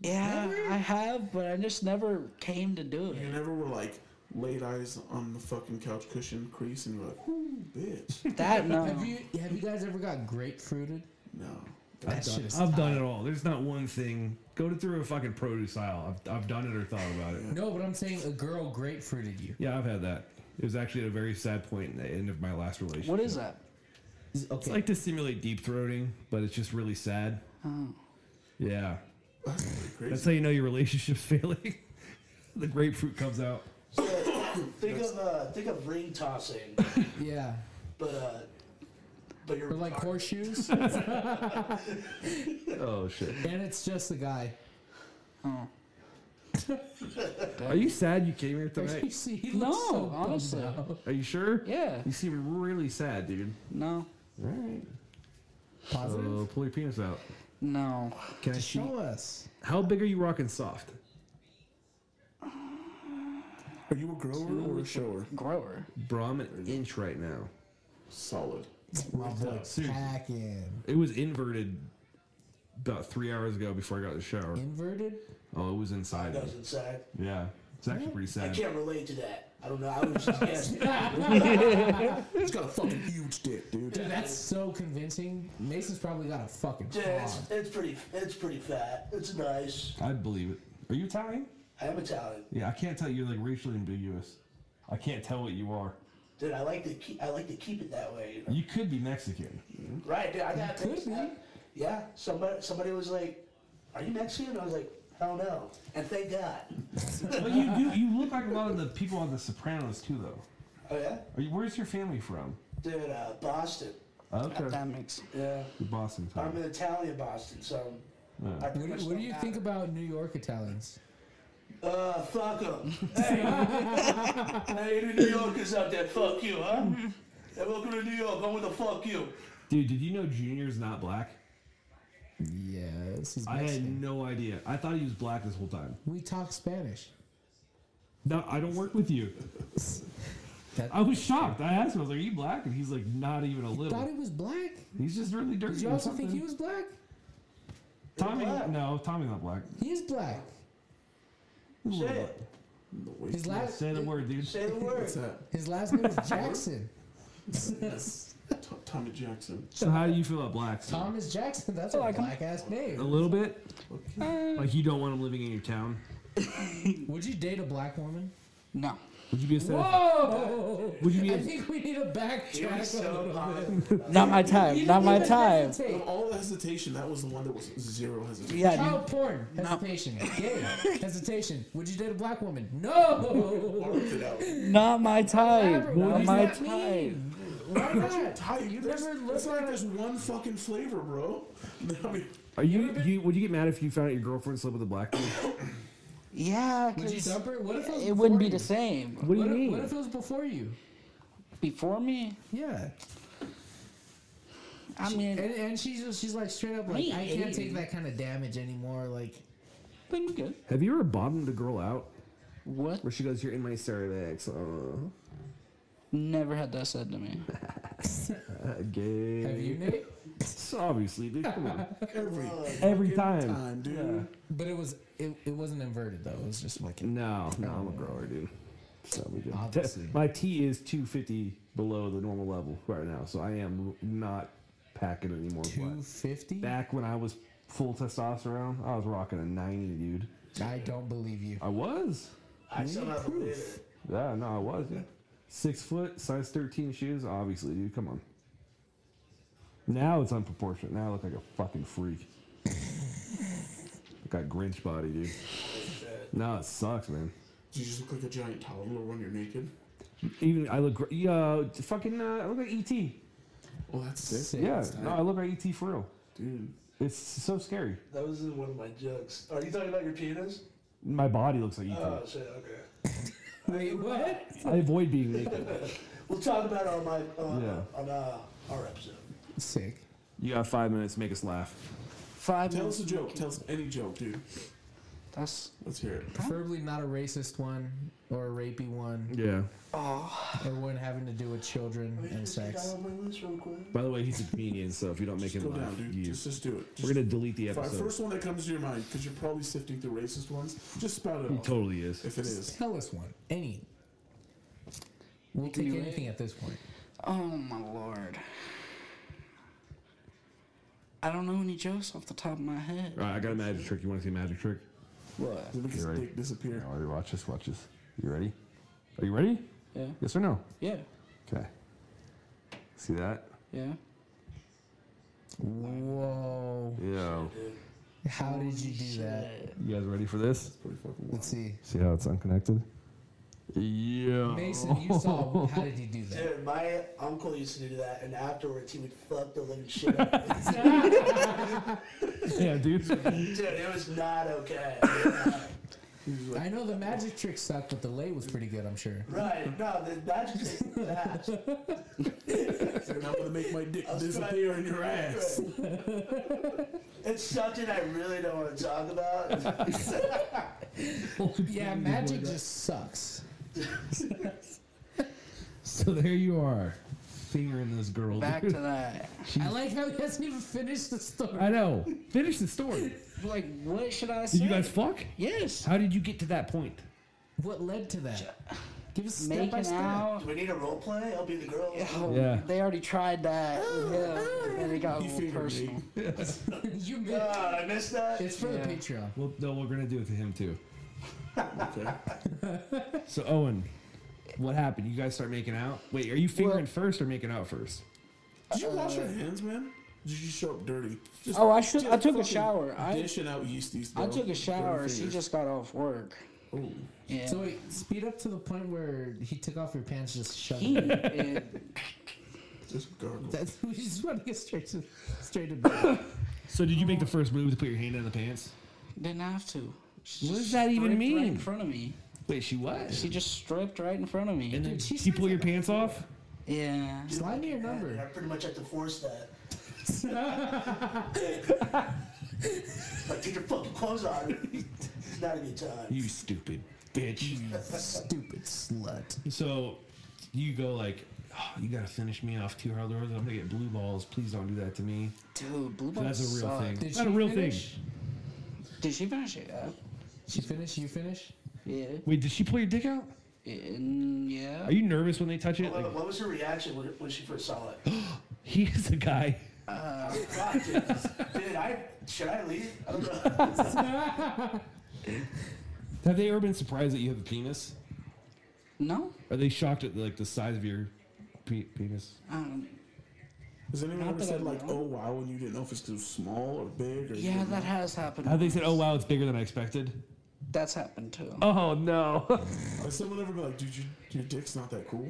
[SPEAKER 12] Yeah, I have, but I just never came to do
[SPEAKER 5] You
[SPEAKER 12] it.
[SPEAKER 5] never were like laid eyes on the fucking couch cushion crease and you're like, ooh,
[SPEAKER 14] [LAUGHS]
[SPEAKER 5] bitch.
[SPEAKER 12] That no.
[SPEAKER 10] Have you have you guys ever got grapefruited?
[SPEAKER 5] No.
[SPEAKER 10] That shit is.
[SPEAKER 8] I've done it all. There's not one thing. Go to through a fucking produce aisle. I've, I've done it or thought about it.
[SPEAKER 10] No, but I'm saying a girl grapefruited you.
[SPEAKER 8] Yeah, I've had that. It was actually at a very sad point in the end of my last relationship.
[SPEAKER 12] What is that?
[SPEAKER 8] It's like to simulate deep throating, but it's just really sad.
[SPEAKER 12] Oh.
[SPEAKER 8] Yeah.
[SPEAKER 5] That's really crazy.
[SPEAKER 8] That's how you know your relationship's [LAUGHS] failing. the grapefruit comes out.
[SPEAKER 14] Think of uh, think of ring tossing,
[SPEAKER 10] Yeah.
[SPEAKER 14] but uh, but you're
[SPEAKER 10] Or like horseshoes.
[SPEAKER 8] Oh shit.
[SPEAKER 10] and it's just the guy.
[SPEAKER 12] Oh.
[SPEAKER 8] Are you sad you came here
[SPEAKER 10] [LAUGHS] You
[SPEAKER 8] tonight?
[SPEAKER 10] see, he
[SPEAKER 12] No,
[SPEAKER 10] looks so bummed
[SPEAKER 12] honestly.
[SPEAKER 10] out.
[SPEAKER 8] Are you sure?
[SPEAKER 12] Yeah.
[SPEAKER 8] You seem really sad, dude.
[SPEAKER 12] No.
[SPEAKER 8] All right.
[SPEAKER 10] Positive.
[SPEAKER 8] So pull your penis out.
[SPEAKER 12] No.
[SPEAKER 8] Can I see?
[SPEAKER 10] Show us.
[SPEAKER 8] How big are you rocking soft?
[SPEAKER 5] Are you a grower or a shower?
[SPEAKER 9] Grower.
[SPEAKER 8] Bro, I'm an inch right now.
[SPEAKER 5] Solid.
[SPEAKER 10] My boy
[SPEAKER 8] seriously.
[SPEAKER 10] packing.
[SPEAKER 8] It was inverted about three hours ago before I got in the shower.
[SPEAKER 10] Inverted?
[SPEAKER 8] Oh, it was inside.
[SPEAKER 12] That
[SPEAKER 8] me.
[SPEAKER 12] was inside.
[SPEAKER 8] Yeah. It's actually pretty
[SPEAKER 12] I
[SPEAKER 8] sad.
[SPEAKER 12] can't relate to that. I don't know. I was
[SPEAKER 10] [LAUGHS]
[SPEAKER 12] just guessing.
[SPEAKER 5] It's got a fucking huge dick, dude.
[SPEAKER 10] Dude, that's so convincing. Mason's probably got a fucking
[SPEAKER 12] Yeah,
[SPEAKER 10] hog.
[SPEAKER 12] it's, it's pretty. It's pretty fat. It's nice.
[SPEAKER 8] I believe it. Are you Italian?
[SPEAKER 12] I am Italian,
[SPEAKER 8] Yeah, I can't tell you're like racially ambiguous. I can't tell what you are.
[SPEAKER 12] dude. I like to keep. I like to keep it that way. you know?
[SPEAKER 8] You could be Mexican.
[SPEAKER 12] Right, dude. I got things. I- yeah. Somebody. Somebody was like, "Are you Mexican?" I was like, "Hell no!" And thank God.
[SPEAKER 8] but you do. You look like a lot of the people on The Sopranos too, though.
[SPEAKER 12] Oh yeah,
[SPEAKER 8] Are you, where's your family from?
[SPEAKER 12] dude. Uh, Boston.
[SPEAKER 8] Okay.
[SPEAKER 9] That makes.
[SPEAKER 12] Yeah.
[SPEAKER 8] The Boston
[SPEAKER 12] I'm
[SPEAKER 8] time.
[SPEAKER 12] an Italian Boston, so.
[SPEAKER 8] Yeah.
[SPEAKER 12] I pretty
[SPEAKER 10] What
[SPEAKER 12] much
[SPEAKER 10] do, what do
[SPEAKER 12] don't
[SPEAKER 10] you
[SPEAKER 12] have
[SPEAKER 10] think about New York Italians?
[SPEAKER 12] Uh, fuck
[SPEAKER 10] [LAUGHS]
[SPEAKER 12] them. Hey, hey, the New Yorkers out there, fuck you, huh? Hey, welcome to New York. I'm with the fuck you.
[SPEAKER 8] Dude, did you know Junior's not black?
[SPEAKER 10] Yes. He's
[SPEAKER 8] I
[SPEAKER 10] Mexican.
[SPEAKER 8] had no idea. I thought he was black this whole time.
[SPEAKER 10] We talk Spanish.
[SPEAKER 8] No, I don't work with you. I was shocked. I asked him, I was like, Are you black? And he's like, Not even a
[SPEAKER 10] Thought
[SPEAKER 8] little.
[SPEAKER 10] he was black?
[SPEAKER 8] He's just really dirty.
[SPEAKER 10] Did you
[SPEAKER 8] or
[SPEAKER 10] also think
[SPEAKER 8] something.
[SPEAKER 10] he was black?
[SPEAKER 8] Tommy? No, Tommy's not black.
[SPEAKER 10] He is black.
[SPEAKER 12] Say it.
[SPEAKER 10] His last
[SPEAKER 8] Say the word, dude.
[SPEAKER 12] Say the word.
[SPEAKER 10] his last
[SPEAKER 8] [LAUGHS]
[SPEAKER 10] name is Jackson.
[SPEAKER 5] T- Tommy Jackson.
[SPEAKER 8] So, how do you feel about blacks?
[SPEAKER 10] Thomas Jackson. That's a black ass name.
[SPEAKER 8] A little bit? Like, you don't want him living in your town?
[SPEAKER 10] Would you date a black woman?
[SPEAKER 9] No.
[SPEAKER 8] Would you be a
[SPEAKER 10] Whoa!
[SPEAKER 8] Would you be
[SPEAKER 10] I
[SPEAKER 8] a-
[SPEAKER 10] think we need to
[SPEAKER 12] You're
[SPEAKER 10] backtrack
[SPEAKER 12] so
[SPEAKER 10] a little
[SPEAKER 12] hot.
[SPEAKER 10] bit.
[SPEAKER 9] Not my time.
[SPEAKER 10] You
[SPEAKER 9] Not
[SPEAKER 10] didn't
[SPEAKER 9] my
[SPEAKER 10] even
[SPEAKER 9] time.
[SPEAKER 10] hesitate.
[SPEAKER 5] Of all the hesitation, that was the one that was zero hesitation.
[SPEAKER 9] Yeah,
[SPEAKER 10] Child porn. Hesitation. Gay. Hesitation. Would you date a black woman? No.
[SPEAKER 9] Not my
[SPEAKER 10] Elaborate.
[SPEAKER 9] time.
[SPEAKER 10] What
[SPEAKER 9] Not
[SPEAKER 10] does
[SPEAKER 9] my
[SPEAKER 10] that
[SPEAKER 9] time.
[SPEAKER 10] mean? Why not?
[SPEAKER 5] Ty, you there's, it's like there's one fucking flavor, bro. [LAUGHS] I mean,
[SPEAKER 8] Are you, do you? Would you get mad if you found out your girlfriend slept with a black dude?
[SPEAKER 9] [COUGHS] Yeah.
[SPEAKER 10] Would you
[SPEAKER 9] 'cause
[SPEAKER 10] dump her? What if it was
[SPEAKER 9] It wouldn't be
[SPEAKER 10] before
[SPEAKER 9] the same.
[SPEAKER 8] What do you
[SPEAKER 10] What if,
[SPEAKER 8] mean?
[SPEAKER 10] what if it was before you?
[SPEAKER 9] Before me,
[SPEAKER 10] Yeah.
[SPEAKER 9] I
[SPEAKER 10] She-
[SPEAKER 9] mean,
[SPEAKER 10] and, and she's just- she's like straight up like
[SPEAKER 9] Me
[SPEAKER 10] I can't
[SPEAKER 9] hating.
[SPEAKER 10] take that kind of damage anymore. Like
[SPEAKER 9] then we're good.
[SPEAKER 8] Have you ever bottomed a girl out
[SPEAKER 9] What?
[SPEAKER 8] where she goes, "You're in my cervix"? Uh,
[SPEAKER 9] Never had that said to me.
[SPEAKER 8] gay.
[SPEAKER 10] have you, Nate?
[SPEAKER 8] [LAUGHS] Obviously, dude. Come on.
[SPEAKER 5] every
[SPEAKER 8] Every
[SPEAKER 5] fucking
[SPEAKER 8] time.
[SPEAKER 5] dude.
[SPEAKER 10] But it was it, it wasn't inverted though. It was just like
[SPEAKER 8] No, no, I'm a grower, dude. So we do.
[SPEAKER 10] Obviously.
[SPEAKER 8] [LAUGHS] My tea is 250 below the normal level right now, so I am not packing anymore. Two
[SPEAKER 10] 250?
[SPEAKER 8] Back when I was full testosterone, I was rocking a 90, dude.
[SPEAKER 10] I don't believe you.
[SPEAKER 8] I was.
[SPEAKER 12] I somehow believe it.
[SPEAKER 8] Yeah, no, I was. Dude. Six foot, size 13 shoes, obviously, dude. Come on. Now it's unproportionate. Now I look like a fucking freak. I got Grinch body, dude. No, it sucks, man.
[SPEAKER 5] You just look like a giant toddler when you're naked.
[SPEAKER 8] Even I look, gr- yeah, fucking, uh, I look like ET.
[SPEAKER 5] Well, that's sick.
[SPEAKER 8] Yeah, no, I look like ET for real.
[SPEAKER 5] Dude.
[SPEAKER 8] It's so scary.
[SPEAKER 12] That was one of my jokes. Are you talking about your penis?
[SPEAKER 8] My body looks like
[SPEAKER 12] Oh
[SPEAKER 8] ET.
[SPEAKER 12] shit. Okay.
[SPEAKER 10] [LAUGHS] Wait, what?
[SPEAKER 8] I avoid being naked.
[SPEAKER 12] [LAUGHS] We'll talk about it on my on,
[SPEAKER 8] Yeah.
[SPEAKER 12] on uh, our episode.
[SPEAKER 10] Sick.
[SPEAKER 8] You got five minutes to make us laugh.
[SPEAKER 9] Five
[SPEAKER 5] Tell
[SPEAKER 9] minutes.
[SPEAKER 5] us a joke. Tell us any joke, dude.
[SPEAKER 9] That's
[SPEAKER 5] Let's hear it.
[SPEAKER 10] Preferably not a racist one or a rapey one
[SPEAKER 8] Yeah.
[SPEAKER 12] Oh.
[SPEAKER 10] or one having to do with children and sex.
[SPEAKER 12] on my list real quick.
[SPEAKER 8] By the way, he's a comedian, so if you don't make
[SPEAKER 5] Just go
[SPEAKER 8] him
[SPEAKER 5] down,
[SPEAKER 8] laugh,
[SPEAKER 5] dude.
[SPEAKER 8] you,
[SPEAKER 5] Just, just do it. Just
[SPEAKER 8] we're gonna delete the
[SPEAKER 5] Fi-
[SPEAKER 8] episode.
[SPEAKER 5] First one that comes to your mind, because you're probably sifting through racist ones. Just spout it
[SPEAKER 8] he
[SPEAKER 5] off,
[SPEAKER 8] totally is.
[SPEAKER 5] if it is.
[SPEAKER 10] Tell us one. Any. We'll
[SPEAKER 9] can
[SPEAKER 10] take
[SPEAKER 9] do
[SPEAKER 10] anything at this point.
[SPEAKER 9] Oh my lord. I don't know any jokes off the top of my head.
[SPEAKER 8] All right, I got a magic trick. You want to see a magic trick?
[SPEAKER 9] What?
[SPEAKER 5] Just make his
[SPEAKER 8] You ready?
[SPEAKER 5] dick disappear.
[SPEAKER 8] All right, watch this. Watch this. You ready? Are you ready?
[SPEAKER 9] Yeah.
[SPEAKER 8] Yes or no?
[SPEAKER 9] Yeah.
[SPEAKER 8] Okay. See that?
[SPEAKER 9] Yeah.
[SPEAKER 10] Whoa.
[SPEAKER 8] Yo.
[SPEAKER 10] How did you do that?
[SPEAKER 8] You guys ready for this?
[SPEAKER 10] Let's see.
[SPEAKER 8] See how it's unconnected? Yeah.
[SPEAKER 10] Mason, you saw. How did you do that?
[SPEAKER 12] Dude, my uncle used to do that, and afterwards he would fuck the living shit out of me.
[SPEAKER 8] yeah,
[SPEAKER 10] [LAUGHS]
[SPEAKER 8] dude.
[SPEAKER 12] Dude, it was not
[SPEAKER 5] [LAUGHS]
[SPEAKER 12] okay.
[SPEAKER 10] I know the magic trick sucked, but the lay was pretty good, I'm sure.
[SPEAKER 12] right? No, the magic is fast.
[SPEAKER 10] [LAUGHS]
[SPEAKER 5] And I'm gonna make my dick
[SPEAKER 12] I was
[SPEAKER 5] disappear
[SPEAKER 12] trying-
[SPEAKER 5] in your ass.
[SPEAKER 12] It's something I really don't want to talk about.
[SPEAKER 10] Yeah, magic just sucks. [LAUGHS]
[SPEAKER 15] So there you are, fingering this girl.
[SPEAKER 1] Back
[SPEAKER 15] dude.
[SPEAKER 1] to
[SPEAKER 10] [LAUGHS]
[SPEAKER 1] that.
[SPEAKER 15] She's-
[SPEAKER 10] like how he hasn't even finished the story.
[SPEAKER 8] I know. Finish
[SPEAKER 10] [LAUGHS]
[SPEAKER 8] the story.
[SPEAKER 1] Like, what should I say?
[SPEAKER 8] Did you guys fuck?
[SPEAKER 1] Yes.
[SPEAKER 8] How did you get to that point?
[SPEAKER 10] What led to that? Give us
[SPEAKER 1] Making out.
[SPEAKER 12] Do we need a role play? I'll be the girl.
[SPEAKER 1] Oh,
[SPEAKER 8] Yeah.
[SPEAKER 1] They already tried that
[SPEAKER 10] Oh,
[SPEAKER 1] with him, and it got a
[SPEAKER 12] You
[SPEAKER 1] little personal.
[SPEAKER 12] [LAUGHS]
[SPEAKER 10] you missed.
[SPEAKER 12] God, I missed that.
[SPEAKER 10] It's for the Patreon.
[SPEAKER 15] Well, no, we're gonna do it to him too.
[SPEAKER 8] [LAUGHS] So Owen, what happened? You guys start making out. Wait, are you fingering first or making out first?
[SPEAKER 5] Did you wash your hands, man? Did you show up dirty?
[SPEAKER 1] Uh, Oh, I should-
[SPEAKER 5] just
[SPEAKER 1] I took a
[SPEAKER 5] fucking
[SPEAKER 1] shower. I-
[SPEAKER 5] dishing out yeasties.
[SPEAKER 1] I
[SPEAKER 5] bro.
[SPEAKER 1] took a
[SPEAKER 5] Dirty
[SPEAKER 1] shower. She
[SPEAKER 5] fingers. Oh.
[SPEAKER 1] just got off work. Yeah.
[SPEAKER 10] So wait, speed up to the point where he took off your pants, just shoved.
[SPEAKER 1] He
[SPEAKER 10] it.
[SPEAKER 1] and
[SPEAKER 5] Just gargle.
[SPEAKER 10] That's we just want to get straight to straight to bed.
[SPEAKER 8] So did you make the first move to put your hand in the pants?
[SPEAKER 1] didn't have to. She
[SPEAKER 8] What
[SPEAKER 1] just
[SPEAKER 8] does that
[SPEAKER 1] stripped
[SPEAKER 8] even
[SPEAKER 1] Right
[SPEAKER 8] mean?
[SPEAKER 1] in front of me.
[SPEAKER 8] Wait, she what?
[SPEAKER 1] She just stripped right in front of me.
[SPEAKER 8] And then she pull your pants off?
[SPEAKER 1] Yeah.
[SPEAKER 10] Slide me your
[SPEAKER 12] Yeah,
[SPEAKER 10] number.
[SPEAKER 12] I pretty much had to force
[SPEAKER 8] [LAUGHS]
[SPEAKER 12] that. like, get your fucking clothes on. It's not a good time.
[SPEAKER 8] You stupid bitch.
[SPEAKER 10] Stupid slut.
[SPEAKER 8] So you go like, oh, you gotta finish me off two hard I'm gonna get blue balls. Please don't do that to me.
[SPEAKER 1] Dude, blue
[SPEAKER 8] So
[SPEAKER 1] balls.
[SPEAKER 8] that's a real
[SPEAKER 1] suck.
[SPEAKER 8] thing. Not a real thing.
[SPEAKER 1] Did she finish it? Uh,
[SPEAKER 10] She finish? You finish?
[SPEAKER 1] yeah.
[SPEAKER 8] Wait, did she pull your dick out?
[SPEAKER 1] Mm, yeah.
[SPEAKER 8] Are you nervous when they touch it?
[SPEAKER 12] What,
[SPEAKER 8] Like,
[SPEAKER 12] what was her reaction when, when she first saw it?
[SPEAKER 8] [GASPS] he is a guy.
[SPEAKER 12] Uh, God, dude, dude, I should I leave? I don't know.
[SPEAKER 8] [LAUGHS] Have they ever been surprised that you have a penis?
[SPEAKER 1] No.
[SPEAKER 8] Are they shocked at like the size of your pe- penis?
[SPEAKER 1] Um,
[SPEAKER 5] Has anyone
[SPEAKER 1] Not
[SPEAKER 5] ever
[SPEAKER 1] that
[SPEAKER 5] said
[SPEAKER 1] I
[SPEAKER 5] like,
[SPEAKER 1] know.
[SPEAKER 5] "Oh wow," when you didn't know if it's too small or big? Or
[SPEAKER 1] yeah, that has happened.
[SPEAKER 8] Have they said, "Oh wow, it's bigger than I expected"?
[SPEAKER 1] That's happened too.
[SPEAKER 8] Oh no. [LAUGHS]
[SPEAKER 5] Has someone ever been like, "Dude, you, your dick's not that cool"?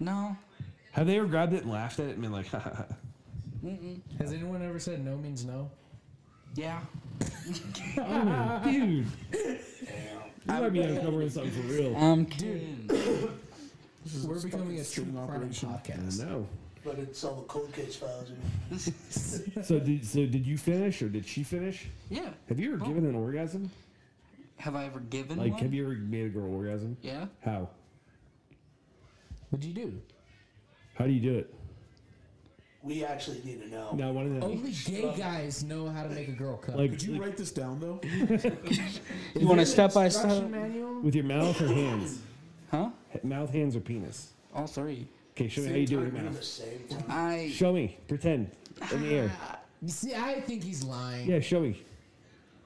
[SPEAKER 1] No.
[SPEAKER 8] Have they ever grabbed it and laughed at it and been like, [LAUGHS] "Ha, ha, ha.
[SPEAKER 1] Mm-mm.
[SPEAKER 10] Has anyone ever said no means no?
[SPEAKER 8] [LAUGHS]
[SPEAKER 1] Yeah.
[SPEAKER 8] "Oh, dude, you might be uncovering something for real."
[SPEAKER 1] Um,
[SPEAKER 10] We're becoming a true
[SPEAKER 5] string
[SPEAKER 10] crime podcast.
[SPEAKER 8] No.
[SPEAKER 12] but it's all the cold case files.
[SPEAKER 8] So did so did you finish or did she finish?
[SPEAKER 1] Yeah.
[SPEAKER 8] Have you
[SPEAKER 12] Oh.
[SPEAKER 8] ever given an orgasm?
[SPEAKER 1] Have I ever given
[SPEAKER 8] Like,
[SPEAKER 1] one?
[SPEAKER 8] have you ever made a girl orgasm?
[SPEAKER 1] Yeah.
[SPEAKER 8] How?
[SPEAKER 10] What'd you do?
[SPEAKER 8] How do you do it?
[SPEAKER 12] We actually need to know.
[SPEAKER 8] No, one of them.
[SPEAKER 10] Only gay guys know how to make a girl come.
[SPEAKER 8] Like-
[SPEAKER 5] Could you write this down though?
[SPEAKER 1] You want to step by step?
[SPEAKER 10] Instruction manual?
[SPEAKER 8] With your mouth or
[SPEAKER 10] [LAUGHS]
[SPEAKER 8] hands?
[SPEAKER 1] Huh?
[SPEAKER 8] Mouth, hands, or penis?
[SPEAKER 10] Oh,
[SPEAKER 1] All three.
[SPEAKER 8] Okay, show me how you do it with your mouth.
[SPEAKER 1] I.
[SPEAKER 8] Show me. Pretend. In the air.
[SPEAKER 10] Ah, You see, I think he's lying.
[SPEAKER 8] Yeah, show me.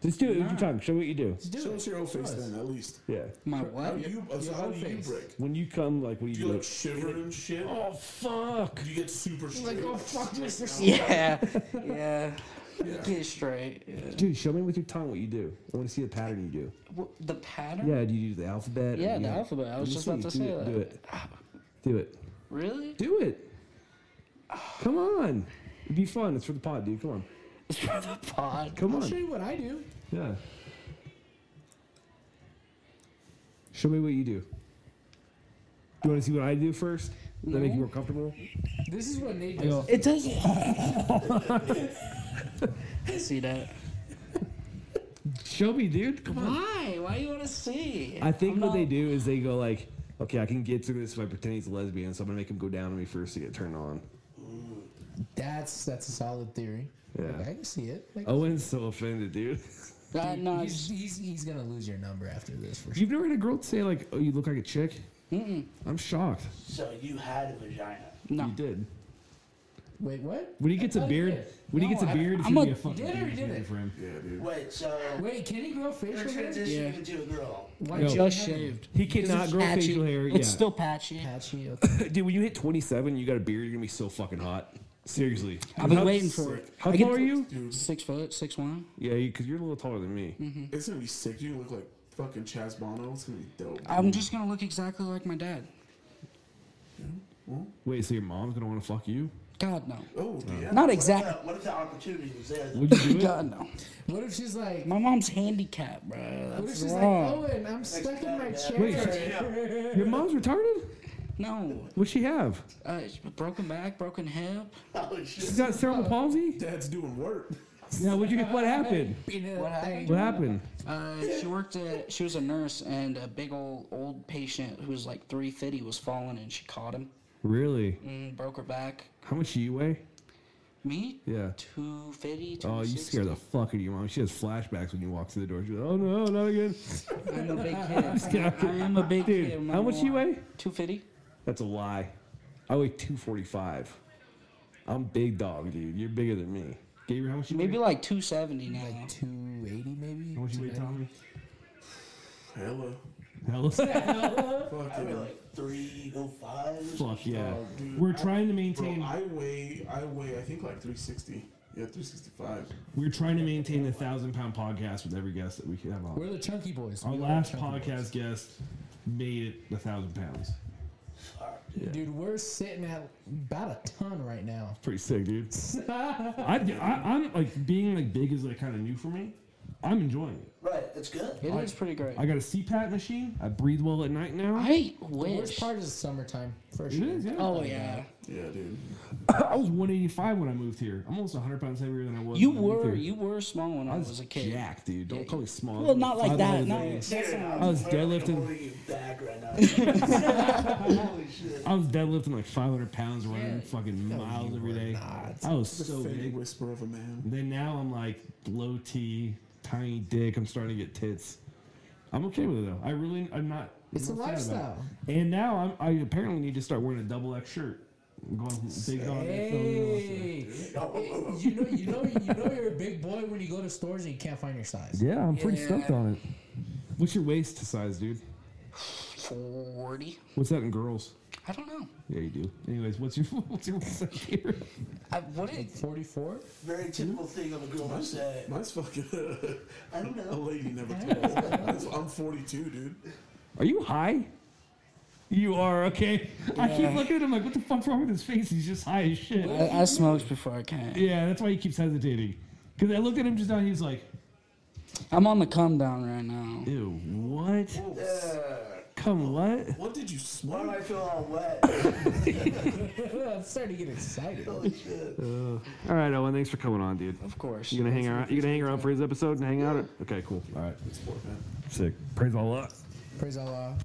[SPEAKER 8] Just do it with your tongue. Show me what you do.
[SPEAKER 10] Just do
[SPEAKER 5] Show
[SPEAKER 10] it.
[SPEAKER 5] us your old
[SPEAKER 10] Show
[SPEAKER 5] face
[SPEAKER 10] us.
[SPEAKER 5] then, at least.
[SPEAKER 8] Yeah.
[SPEAKER 1] My
[SPEAKER 5] How
[SPEAKER 1] what?
[SPEAKER 5] do you? uh, so
[SPEAKER 10] your
[SPEAKER 5] how
[SPEAKER 10] whole
[SPEAKER 5] do you
[SPEAKER 10] face.
[SPEAKER 5] break?
[SPEAKER 8] When you come, like, what do
[SPEAKER 5] Do
[SPEAKER 8] you
[SPEAKER 5] you
[SPEAKER 8] do?
[SPEAKER 5] like shiver and shit?
[SPEAKER 8] Oh, fuck.
[SPEAKER 5] Do you get super straight?
[SPEAKER 10] Like, oh fuck, Mr.
[SPEAKER 1] Yeah. Yeah. Get straight. Yeah.
[SPEAKER 8] Dude, show me with your tongue what you do. I want to see the pattern you do.
[SPEAKER 1] W- The pattern?
[SPEAKER 8] Yeah, do you do the alphabet?
[SPEAKER 1] Yeah,
[SPEAKER 8] Or-
[SPEAKER 1] the alphabet. I
[SPEAKER 8] Let
[SPEAKER 1] was
[SPEAKER 8] me
[SPEAKER 1] just
[SPEAKER 8] see.
[SPEAKER 1] about to
[SPEAKER 8] Do
[SPEAKER 1] say
[SPEAKER 8] it,
[SPEAKER 1] that.
[SPEAKER 8] Do it. Do it.
[SPEAKER 1] Really?
[SPEAKER 8] Do it. Come on. It'd be fun. It's for the pod, dude. Come on.
[SPEAKER 1] It's for the pod.
[SPEAKER 8] Come
[SPEAKER 10] I'll show
[SPEAKER 8] on.
[SPEAKER 10] you what I do.
[SPEAKER 8] Yeah. Show me what you do. You want to see what I do first? Does that make you more comfortable?
[SPEAKER 10] This is what Nate
[SPEAKER 8] I go,
[SPEAKER 10] does.
[SPEAKER 1] It does. see that.
[SPEAKER 8] Show me, dude. Come on.
[SPEAKER 1] Why? Why you want to see?
[SPEAKER 8] I think
[SPEAKER 1] I'm
[SPEAKER 8] what they
[SPEAKER 1] not-
[SPEAKER 8] do is they go like, okay, I can get through this if I pretend he's a lesbian, so I'm gonna make him go down on me first to get turned on.
[SPEAKER 10] That's that's a solid theory.
[SPEAKER 8] Yeah.
[SPEAKER 10] Like, I can see it. Like,
[SPEAKER 8] Owen's so offended, dude. [LAUGHS]
[SPEAKER 1] Uh, no,
[SPEAKER 10] he's,
[SPEAKER 1] it's-
[SPEAKER 10] he's, he's gonna lose your number after this for sure.
[SPEAKER 8] You've never had a girl say like, "Oh, you look like a chick."
[SPEAKER 1] Mm-mm.
[SPEAKER 8] I'm shocked.
[SPEAKER 12] So you had a vagina.
[SPEAKER 1] No.
[SPEAKER 8] You did.
[SPEAKER 10] Wait, what?
[SPEAKER 8] When he gets a
[SPEAKER 10] Oh,
[SPEAKER 8] beard,
[SPEAKER 10] yeah.
[SPEAKER 8] when he
[SPEAKER 10] No,
[SPEAKER 8] gets a
[SPEAKER 10] I-
[SPEAKER 8] beard, it's
[SPEAKER 10] I'm
[SPEAKER 8] gonna
[SPEAKER 10] a-
[SPEAKER 8] be a fucking
[SPEAKER 10] did it or
[SPEAKER 8] huge
[SPEAKER 10] didn't
[SPEAKER 8] movie
[SPEAKER 10] it?
[SPEAKER 8] for him.
[SPEAKER 5] Yeah, dude.
[SPEAKER 12] Wait, so
[SPEAKER 10] Wait, can he grow
[SPEAKER 12] you're
[SPEAKER 10] facial hair?
[SPEAKER 12] transitioning into a girl.
[SPEAKER 10] Why
[SPEAKER 8] No.
[SPEAKER 10] did you
[SPEAKER 1] Just
[SPEAKER 10] have it?
[SPEAKER 1] shaved.
[SPEAKER 8] He cannot
[SPEAKER 1] It's
[SPEAKER 8] grow
[SPEAKER 1] patchy.
[SPEAKER 8] facial hair.
[SPEAKER 1] It's
[SPEAKER 8] yeah.
[SPEAKER 1] still patchy. [LAUGHS]
[SPEAKER 10] Patchy. Okay.
[SPEAKER 8] Dude, when you hit 27, you got a beard, you're gonna be so fucking hot. Seriously.
[SPEAKER 1] I've been
[SPEAKER 8] How-
[SPEAKER 1] waiting for it.
[SPEAKER 8] How
[SPEAKER 1] I
[SPEAKER 8] tall
[SPEAKER 1] get-
[SPEAKER 8] are you?
[SPEAKER 1] Six foot, six one. Hmm.
[SPEAKER 8] Yeah, because you're a little taller than me.
[SPEAKER 5] It's gonna be sick. You look like fucking Chaz Bono. It's gonna be dope.
[SPEAKER 1] I'm just gonna look exactly like my dad.
[SPEAKER 8] Wait, so your mom's gonna want to fuck you?
[SPEAKER 1] God no.
[SPEAKER 5] Oh, yeah.
[SPEAKER 1] Not
[SPEAKER 12] What
[SPEAKER 1] exactly.
[SPEAKER 12] if, the, what if the opportunity was there?
[SPEAKER 8] Would you [LAUGHS] do it?
[SPEAKER 1] God no.
[SPEAKER 10] What if she's like?
[SPEAKER 1] My mom's handicapped, bro.
[SPEAKER 10] What if
[SPEAKER 1] That's
[SPEAKER 10] she's
[SPEAKER 1] wrong.
[SPEAKER 10] like, Owen, I'm stuck in my chair. [LAUGHS]
[SPEAKER 8] Wait, Your mom's retarded?
[SPEAKER 1] no,
[SPEAKER 8] What's she have?
[SPEAKER 1] uh, it's broken back, broken hip.
[SPEAKER 12] Oh, shit.
[SPEAKER 8] She's got cerebral palsy?
[SPEAKER 5] Dad's doing work.
[SPEAKER 8] Now, what you what happened?
[SPEAKER 1] What happened?
[SPEAKER 8] What happened?
[SPEAKER 1] Uh, she worked at. She was a nurse, and a big old old patient who was like 350 was falling, and she caught him.
[SPEAKER 8] Really?
[SPEAKER 1] Mm, broke her back.
[SPEAKER 8] How much do you weigh?
[SPEAKER 1] Me?
[SPEAKER 8] Yeah.
[SPEAKER 1] 250.
[SPEAKER 8] Oh, you scare the fuck out of your mom. She has flashbacks when you walk through the door. She's like, oh no, not again.
[SPEAKER 1] I'm
[SPEAKER 8] [LAUGHS]
[SPEAKER 1] a big kid. I am a big
[SPEAKER 8] Dude,
[SPEAKER 1] kid. I'm
[SPEAKER 8] How
[SPEAKER 1] not
[SPEAKER 8] much
[SPEAKER 1] gonna
[SPEAKER 8] you
[SPEAKER 1] lie.
[SPEAKER 8] weigh?
[SPEAKER 1] 250.
[SPEAKER 8] That's a lie. I weigh 245. I'm big dog, dude. You're bigger than me. Gabriel, how much you
[SPEAKER 1] Maybe
[SPEAKER 8] weigh?
[SPEAKER 1] like 270 now. Like
[SPEAKER 10] 280 maybe?
[SPEAKER 8] How much you weigh, Tommy?
[SPEAKER 5] Hello.
[SPEAKER 8] Hello.
[SPEAKER 5] Fuck,
[SPEAKER 16] I'd be like 305.
[SPEAKER 8] Fuck yeah.
[SPEAKER 5] dude,
[SPEAKER 17] We're trying to
[SPEAKER 5] bro,
[SPEAKER 17] maintain-
[SPEAKER 5] I weigh, I weigh, I think like 360. Yeah, 365.
[SPEAKER 8] We're trying to maintain a thousand pound podcast with every guest that we have on.
[SPEAKER 10] We're the chunky boys.
[SPEAKER 8] Our
[SPEAKER 10] We are
[SPEAKER 8] last
[SPEAKER 10] chunky
[SPEAKER 8] podcast guest made it a thousand pounds.
[SPEAKER 10] boys. Dude, we're sitting at about a ton right now.
[SPEAKER 8] Pretty sick, dude. [LAUGHS] I, I, am like being like big is like kind of new for me. I'm enjoying it.
[SPEAKER 16] Right, it's good.
[SPEAKER 1] It
[SPEAKER 8] I-
[SPEAKER 1] is pretty great.
[SPEAKER 8] I got a CPAP machine. I breathe well at night now.
[SPEAKER 1] I
[SPEAKER 10] The
[SPEAKER 1] wish.
[SPEAKER 10] worst part is summertime, for
[SPEAKER 8] It
[SPEAKER 10] sure.
[SPEAKER 8] is, yeah.
[SPEAKER 1] Oh, yeah.
[SPEAKER 5] Yeah, dude.
[SPEAKER 8] I was 185 when I moved here. I'm almost 100 pounds heavier than I was.
[SPEAKER 1] You
[SPEAKER 8] when I moved
[SPEAKER 1] were
[SPEAKER 8] here.
[SPEAKER 1] you were small when I
[SPEAKER 8] I
[SPEAKER 1] was,
[SPEAKER 8] was
[SPEAKER 1] a kid.
[SPEAKER 8] jacked, dude. Don't call me small.
[SPEAKER 1] Well, not like
[SPEAKER 8] Five
[SPEAKER 1] that,
[SPEAKER 8] eleven
[SPEAKER 1] not-
[SPEAKER 8] is
[SPEAKER 1] that's
[SPEAKER 8] amazing.
[SPEAKER 1] not-
[SPEAKER 8] I was
[SPEAKER 16] I'm
[SPEAKER 8] deadlifting.
[SPEAKER 16] holding you back right now.
[SPEAKER 8] [LAUGHS]
[SPEAKER 16] Holy shit.
[SPEAKER 8] I was deadlifting like 500 pounds, running fucking miles every day. I was
[SPEAKER 5] The
[SPEAKER 8] so
[SPEAKER 5] faint
[SPEAKER 8] big.
[SPEAKER 5] whisper of a man.
[SPEAKER 8] Then now I'm like low T, tiny dick. I'm starting to get tits. I'm okay with it though. I really, I'm not.
[SPEAKER 10] It's
[SPEAKER 8] I'm
[SPEAKER 10] a
[SPEAKER 8] not sad about it. And now I'm, I apparently need to start wearing a double X shirt. I'm going from big dog.
[SPEAKER 10] Hey, you know, you know, you know, you're a big boy when you go to stores and you can't find your size.
[SPEAKER 8] Yeah, I'm pretty
[SPEAKER 10] Yeah.
[SPEAKER 8] stoked on it. What's your waist size, dude?
[SPEAKER 1] 40.
[SPEAKER 8] What's that in girls?
[SPEAKER 1] I don't know.
[SPEAKER 8] Yeah, you do. Anyways, what's your [LAUGHS] what's your waist size here?
[SPEAKER 1] I, what is
[SPEAKER 10] 44?
[SPEAKER 16] Very typical thing of a girl to say.
[SPEAKER 5] Mine's fucking. [LAUGHS]
[SPEAKER 16] I don't
[SPEAKER 5] A
[SPEAKER 16] know.
[SPEAKER 5] lady never told us. I'm 42, dude.
[SPEAKER 8] Are you high? You are okay. I
[SPEAKER 1] Yeah.
[SPEAKER 8] keep looking at him like, what the fuck's wrong with his face? He's just high as shit.
[SPEAKER 1] I, I smoked before I came.
[SPEAKER 8] yeah, that's why he keeps hesitating. Because I looked at him just now, he was like,
[SPEAKER 1] I'm on the come down right now.
[SPEAKER 8] Ew, what? Come what?
[SPEAKER 5] What did
[SPEAKER 16] Why
[SPEAKER 5] you smoke?
[SPEAKER 16] do I feel all wet?
[SPEAKER 10] I'm starting to get excited.
[SPEAKER 16] Holy shit.
[SPEAKER 8] All right, Owen, thanks for coming on, dude.
[SPEAKER 1] Of course.
[SPEAKER 8] You gonna hang around? You gonna hang around for his episode and hang out? Okay, cool. All right,
[SPEAKER 5] It's poor, man.
[SPEAKER 8] sick. Praise Allah.
[SPEAKER 10] Praise Allah.